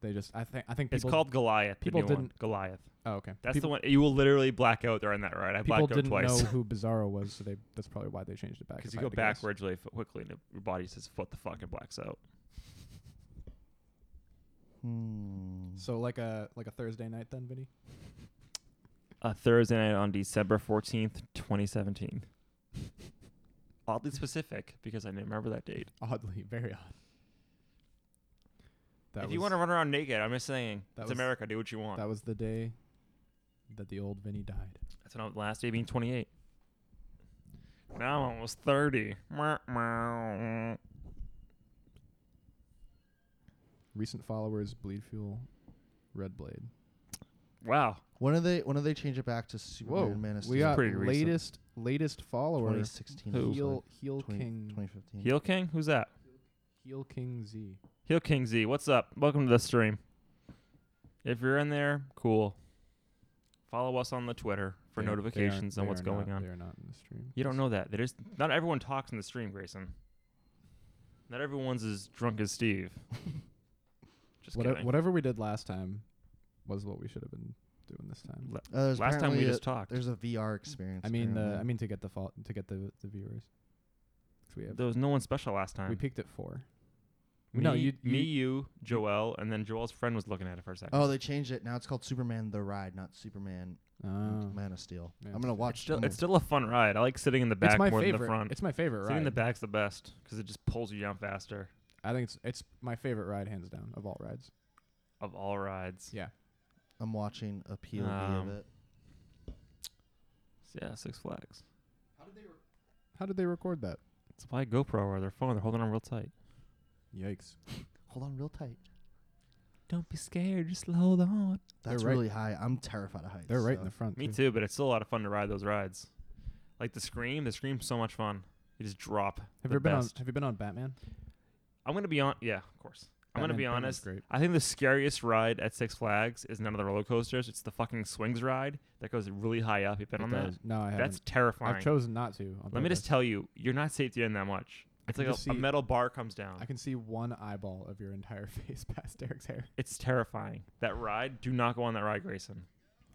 Speaker 1: They just I think I think
Speaker 3: It's
Speaker 1: people,
Speaker 3: called Goliath.
Speaker 1: people
Speaker 3: People didn't
Speaker 1: didn't-
Speaker 3: Goliath.
Speaker 1: oh okay
Speaker 3: That's
Speaker 1: people,
Speaker 3: the one you will literally black out during that ride. I
Speaker 1: people
Speaker 3: blacked out [laughs]
Speaker 1: didn't
Speaker 3: twice
Speaker 1: know who Bizarro was so they that's probably why they changed it back
Speaker 3: because
Speaker 1: if
Speaker 3: you
Speaker 1: I
Speaker 3: go
Speaker 1: had to guess.
Speaker 3: backwards really f- quickly and your body says "What the fuck?" and blacks out.
Speaker 2: Hmm.
Speaker 1: so like a like a Thursday night then Vinny
Speaker 3: A Thursday night on December fourteenth, twenty seventeen. [laughs] Oddly specific because I didn't remember that date.
Speaker 1: oddly [laughs] very odd that
Speaker 3: if
Speaker 1: was,
Speaker 3: you want to run around naked, I'm just saying
Speaker 1: That
Speaker 3: it's
Speaker 1: was-
Speaker 3: America. Do what you want.
Speaker 1: that was the day that the old Vinny died
Speaker 3: That's when I was last day being 28. Now I'm almost 30. Meow, meow.
Speaker 1: recent followers Bleed Fuel Red Blade
Speaker 3: Wow.
Speaker 2: When are they? When do they change it back to Superman
Speaker 1: whoa
Speaker 2: Man of
Speaker 1: we
Speaker 2: Steel?
Speaker 1: got
Speaker 3: Pretty recent.
Speaker 1: latest latest follower
Speaker 2: 2016.
Speaker 3: Who?
Speaker 2: looks
Speaker 1: heel heel
Speaker 2: like. 20
Speaker 1: king
Speaker 2: 2015.
Speaker 3: Heel King? Who's that?
Speaker 1: heel king Z
Speaker 3: Heel King Z. What's up? Welcome to the stream. If you're in there, cool. Follow us on the Twitter for
Speaker 1: They- they aren't-
Speaker 3: notifications on
Speaker 1: they
Speaker 3: what's
Speaker 1: are
Speaker 3: going
Speaker 1: not-
Speaker 3: on.
Speaker 1: they are not in the stream
Speaker 3: You don't know that. They just not everyone talks in the stream, Grayson. Not everyone's as drunk as
Speaker 1: [laughs]
Speaker 3: Steve. just
Speaker 1: Whate-
Speaker 3: kidding.
Speaker 1: whatever we did last time was what we should have been doing this time.
Speaker 3: La-
Speaker 2: Uh, there's
Speaker 3: Last time we
Speaker 2: apparently a-
Speaker 3: just talked.
Speaker 2: There's a VR experience.
Speaker 1: I mean, the,
Speaker 2: apparently.
Speaker 1: I mean to get the fault to get the the viewers. 'Cause We have
Speaker 3: There was no one special last time.
Speaker 1: we peaked at four.
Speaker 3: me,
Speaker 1: no, you,
Speaker 3: me,
Speaker 1: you
Speaker 3: you, Joel, and then Joel's friend was looking at it for a second.
Speaker 2: Oh, they changed it. Now it's called Superman the Ride, not Superman
Speaker 1: oh.
Speaker 2: Man of Steel.
Speaker 1: Man
Speaker 2: I'm
Speaker 1: of
Speaker 2: gonna
Speaker 1: Steel.
Speaker 2: watch.
Speaker 3: It's still,
Speaker 2: I'm
Speaker 3: it's still a fun ride. I like sitting in the back
Speaker 1: it's my
Speaker 3: more
Speaker 1: favorite.
Speaker 3: than the front.
Speaker 1: It's my favorite
Speaker 3: sitting in the
Speaker 1: ride.
Speaker 3: back's the best because it just pulls you down faster
Speaker 1: I think it's it's my favorite ride, hands down, of all rides.
Speaker 3: of all rides.
Speaker 1: Yeah,
Speaker 2: I'm watching a POV
Speaker 3: Um,
Speaker 2: of it.
Speaker 3: So, yeah, Six Flags.
Speaker 1: how did they record that?
Speaker 3: It's by GoPro or their phone. They're holding on real tight.
Speaker 1: Yikes.
Speaker 2: Hold on real tight.
Speaker 3: Don't be scared. Just hold on.
Speaker 2: That's
Speaker 1: right-
Speaker 2: really high. I'm terrified of heights.
Speaker 1: They're right
Speaker 2: so-
Speaker 1: in the front.
Speaker 3: uh, Me too, but it's still a lot of fun to ride those rides. Like the scream, the scream's so much fun. You just drop.
Speaker 1: Have
Speaker 3: the
Speaker 1: you been on?
Speaker 3: best.
Speaker 1: Have you been on Batman?
Speaker 3: I'm gonna be on. Yeah, of course. I'm gonna
Speaker 1: Batman-
Speaker 3: be
Speaker 1: Batman's
Speaker 3: honest.
Speaker 1: Great.
Speaker 3: I think the scariest ride at Six Flags is none of the roller coasters. It's the fucking swings ride that goes really high up. You've been
Speaker 1: It
Speaker 3: on
Speaker 1: does.
Speaker 3: that?
Speaker 1: No, I haven't.
Speaker 3: That's terrifying.
Speaker 1: I've chosen not to. on
Speaker 3: Let me just
Speaker 1: purpose.
Speaker 3: tell you, you're not safe doing that much. It's
Speaker 1: can
Speaker 3: like a,
Speaker 1: just
Speaker 3: a
Speaker 1: see-
Speaker 3: metal bar comes down.
Speaker 1: I can see one eyeball of your entire [laughs] face past Derek's hair.
Speaker 3: It's terrifying. That ride, do not go on that ride, Grayson.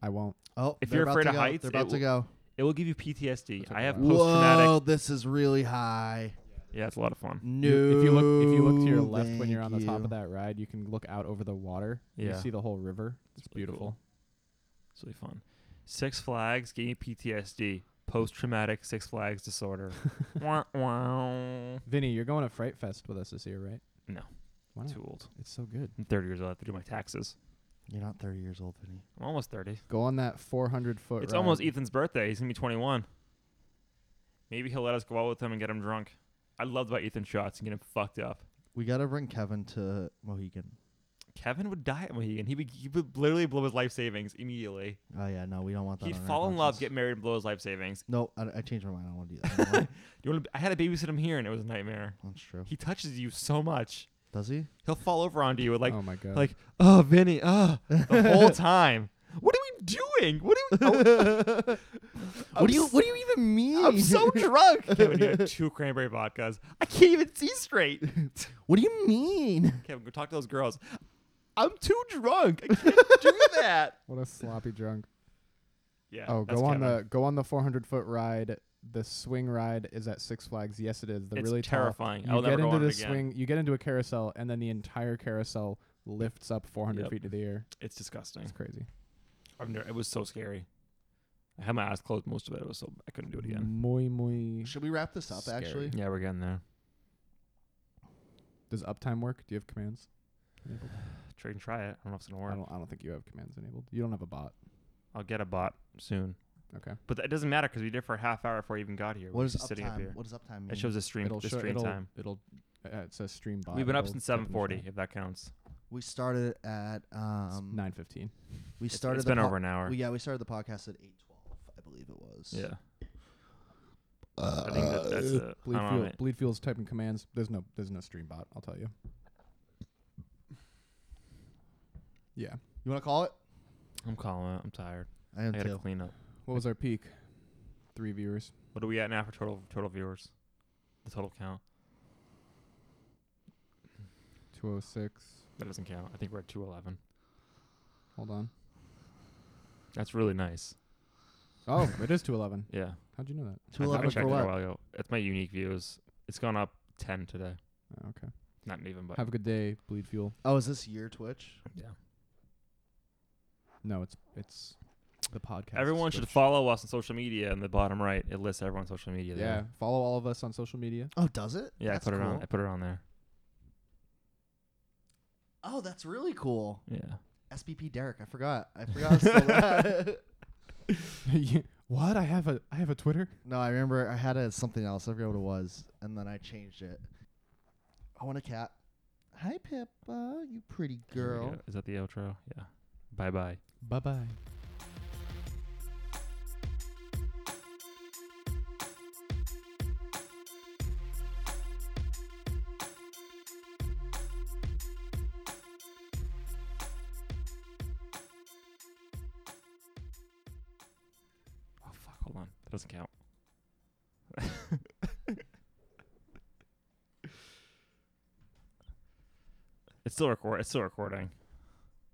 Speaker 1: I won't.
Speaker 2: Oh,
Speaker 3: If
Speaker 2: they're
Speaker 3: you're
Speaker 2: about
Speaker 3: afraid
Speaker 2: to
Speaker 3: of
Speaker 2: go.
Speaker 3: heights,
Speaker 2: they're
Speaker 3: it
Speaker 2: about to
Speaker 3: will-
Speaker 2: go.
Speaker 3: It will give you PTSD.
Speaker 1: That's a
Speaker 3: I have
Speaker 1: wild-
Speaker 3: post traumatic.
Speaker 2: Whoa, this is really high.
Speaker 3: Yeah, it's a lot of fun.
Speaker 2: No,
Speaker 1: You- if you look, if you look to your left when you're on
Speaker 2: thank
Speaker 1: the top
Speaker 2: you.
Speaker 1: of that ride, you can look out over the water. You
Speaker 3: Yeah.
Speaker 1: see the whole river. It's
Speaker 3: really cool.
Speaker 1: beautiful.
Speaker 3: It's really fun. Six Flags gave me PTSD, post traumatic Six Flags disorder. wow, wow.
Speaker 1: Vinny, you're going to Fright Fest with us this year, right?
Speaker 3: No.
Speaker 1: Why not?
Speaker 3: Too old.
Speaker 1: It's so good.
Speaker 3: I'm 30 years old. I have to do my taxes.
Speaker 2: You're not 30 years old, Vinny.
Speaker 3: I'm almost 30.
Speaker 1: Go on that 400 foot.
Speaker 3: it's
Speaker 1: ride.
Speaker 3: almost Ethan's birthday. He's gonna be 21. Maybe he'll let us go out with him and get him drunk. I love to buy Ethan shots and get him fucked up.
Speaker 2: We gotta bring Kevin to Mohegan.
Speaker 3: Kevin would die at Mohegan. He would, he would literally blow his life savings immediately.
Speaker 2: Oh yeah, no, we don't want that.
Speaker 3: He'd
Speaker 2: on our
Speaker 3: fall in love, get
Speaker 2: conscience.
Speaker 3: married, and blow his life savings.
Speaker 2: No, I, I changed my mind. I don't want to
Speaker 3: [laughs]
Speaker 2: do that. anymore.
Speaker 3: You want to, I had to babysit him here, and it was a nightmare.
Speaker 2: That's true.
Speaker 3: He touches you so much.
Speaker 2: Does he?
Speaker 3: He'll fall over onto you with like,
Speaker 1: oh my god.
Speaker 3: like, oh, Vinny, oh, the [laughs] whole time. What are we doing? What are we? oh, I'm
Speaker 2: what do you
Speaker 3: s-
Speaker 2: What do you even mean?
Speaker 3: I'm [laughs] so drunk. Kevin, you had [laughs] two cranberry vodkas. I can't even see [laughs] straight.
Speaker 2: what do
Speaker 3: [laughs]
Speaker 2: you mean?
Speaker 3: Kevin, go talk to those girls. I'm too drunk. I can't do that.
Speaker 1: what a sloppy drunk.
Speaker 3: Yeah.
Speaker 1: Oh,
Speaker 3: that's
Speaker 1: go on
Speaker 3: Kevin.
Speaker 1: the go on the 400 foot ride. The swing ride is at Six Flags. Yes, it is. The
Speaker 3: It's
Speaker 1: really tall-
Speaker 3: terrifying.
Speaker 1: You
Speaker 3: I'll
Speaker 1: get
Speaker 3: never go
Speaker 1: into
Speaker 3: on it
Speaker 1: this
Speaker 3: again.
Speaker 1: swing. You get into a carousel, and then the entire carousel lifts up 400
Speaker 3: Yep.
Speaker 1: feet to the air.
Speaker 3: It's disgusting.
Speaker 1: It's crazy.
Speaker 3: I've never, it was so scary. I had my eyes closed most of it. It was so I couldn't do it again.
Speaker 1: Muy muy.
Speaker 2: Should we wrap this up?
Speaker 1: Scary.
Speaker 2: Actually,
Speaker 3: Yeah, we're getting there.
Speaker 1: Does uptime work? Do you have commands? Enabled?
Speaker 3: Try and try it. I don't know if it's gonna
Speaker 1: I
Speaker 3: work.
Speaker 1: don't. I don't think you have commands enabled. You don't have a bot.
Speaker 3: I'll get a bot soon,
Speaker 1: Okay.
Speaker 3: but that, it doesn't matter because we did it for a half hour before I even got here.
Speaker 2: what
Speaker 3: We're
Speaker 2: is
Speaker 3: just sitting up here.
Speaker 2: uptime? What does uptime mean?
Speaker 3: It shows the stream,
Speaker 1: it'll
Speaker 3: the
Speaker 1: show.
Speaker 3: stream
Speaker 1: It'll.
Speaker 3: time.
Speaker 1: It'll. Uh, it says stream bot.
Speaker 3: We've been up
Speaker 1: It'll
Speaker 3: since
Speaker 1: get in the
Speaker 3: 7:40,
Speaker 1: shot.
Speaker 3: if that counts.
Speaker 2: we started at
Speaker 1: It's
Speaker 2: um.
Speaker 1: 9:15.
Speaker 2: We
Speaker 3: It's-
Speaker 2: started.
Speaker 3: it's
Speaker 2: the
Speaker 3: been
Speaker 2: po-
Speaker 3: over an hour.
Speaker 2: we- yeah, we started the podcast at eight twelve, I believe it was.
Speaker 3: yeah, Uh, I think that, that's
Speaker 2: Uh,
Speaker 3: it.
Speaker 1: Bleed
Speaker 3: I'm
Speaker 1: fuel.
Speaker 3: on it.
Speaker 1: Bleed fuel's typing commands. There's no. There's no stream bot. I'll tell you. Yeah.
Speaker 2: You want to call it?
Speaker 3: I'm calling it. I'm tired.
Speaker 2: I
Speaker 3: I
Speaker 2: am
Speaker 3: gotta
Speaker 2: too.
Speaker 3: clean up.
Speaker 1: What was our peak? Three viewers.
Speaker 3: What are we at now for total total viewers? The total count.
Speaker 1: 206.
Speaker 3: That doesn't count. I think we're at 211.
Speaker 1: Hold on.
Speaker 3: That's really nice. [laughs]
Speaker 1: Oh, it is 211.
Speaker 3: Yeah.
Speaker 1: How'd you know that?
Speaker 3: I- I,
Speaker 2: 211
Speaker 3: checked
Speaker 2: for
Speaker 3: it a
Speaker 2: what?
Speaker 3: while ago. It's my unique views. It's gone up 10 today.
Speaker 1: Oh, okay.
Speaker 3: Not even, but
Speaker 1: Have a good day, Bleed Fuel.
Speaker 2: Oh, is this your Twitch?
Speaker 3: yeah.
Speaker 1: No, it's it's the podcast.
Speaker 3: Everyone should
Speaker 1: Twitch.
Speaker 3: follow us on social media in the bottom right. It lists everyone's social media
Speaker 1: Yeah,
Speaker 3: there.
Speaker 1: follow all of us on social [laughs] media.
Speaker 2: Oh, does it?
Speaker 3: Yeah,
Speaker 2: That's
Speaker 3: I put it
Speaker 2: cool.
Speaker 3: on. I put it on there.
Speaker 2: Oh, that's really cool.
Speaker 3: Yeah.
Speaker 2: SBP Derek. I forgot. I forgot. I was
Speaker 3: [laughs]
Speaker 2: still there.
Speaker 1: Yeah. what? I have a I have a Twitter.
Speaker 2: no, I remember I had a, something else. I forgot what it was, and then I changed it. I want a cat. Hi, Pippa. You pretty
Speaker 3: There we
Speaker 2: girl.
Speaker 3: go. Is that the outro? Yeah. Bye bye.
Speaker 1: Bye bye.
Speaker 3: Oh fuck! Hold on. That doesn't count. [laughs] it's still record. It's still recording.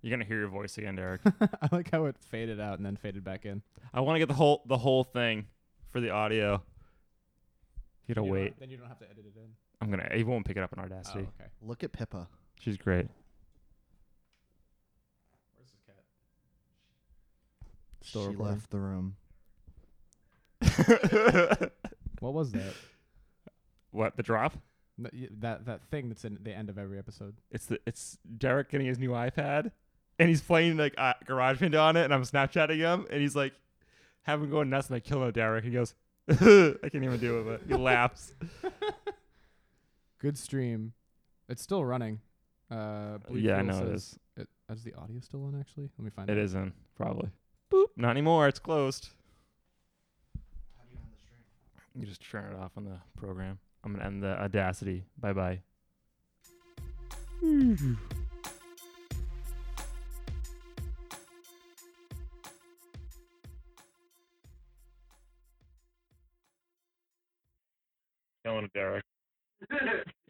Speaker 3: You're gonna hear your voice again, Derek.
Speaker 1: [laughs] I like how it faded out and then faded back in.
Speaker 3: I want to get the whole the whole thing for the audio. You gotta
Speaker 1: You don't-
Speaker 3: wait.
Speaker 1: Then you don't have to edit it in.
Speaker 3: I'm gonna. It won't pick it up in Audacity.
Speaker 1: Oh, okay.
Speaker 2: Look at Pippa.
Speaker 3: She's
Speaker 1: [laughs]
Speaker 3: great.
Speaker 1: Where's this cat?
Speaker 2: she
Speaker 1: Still recording.
Speaker 2: left the room.
Speaker 1: What was that? [laughs]
Speaker 3: what the drop?
Speaker 1: No, y- that that thing that's in the end of every episode.
Speaker 3: It's the it's Derek getting his new iPad, and he's playing like uh, GarageBand on it, and I'm Snapchatting him, and he's like, having going nuts, and I kill him, Derek. He goes, [laughs] I can't even do it, but he laughs.
Speaker 1: Good stream. It's still running. Uh, Blue
Speaker 3: yeah, I
Speaker 1: Fuel
Speaker 3: know it
Speaker 1: says-
Speaker 3: is.
Speaker 1: It, is the audio still on? Actually, let me find
Speaker 3: It
Speaker 1: out.
Speaker 3: is in probably. Boop. Not anymore. It's closed. You just turn it off on the program. I'm gonna end the audacity. Bye bye. Going to Derek.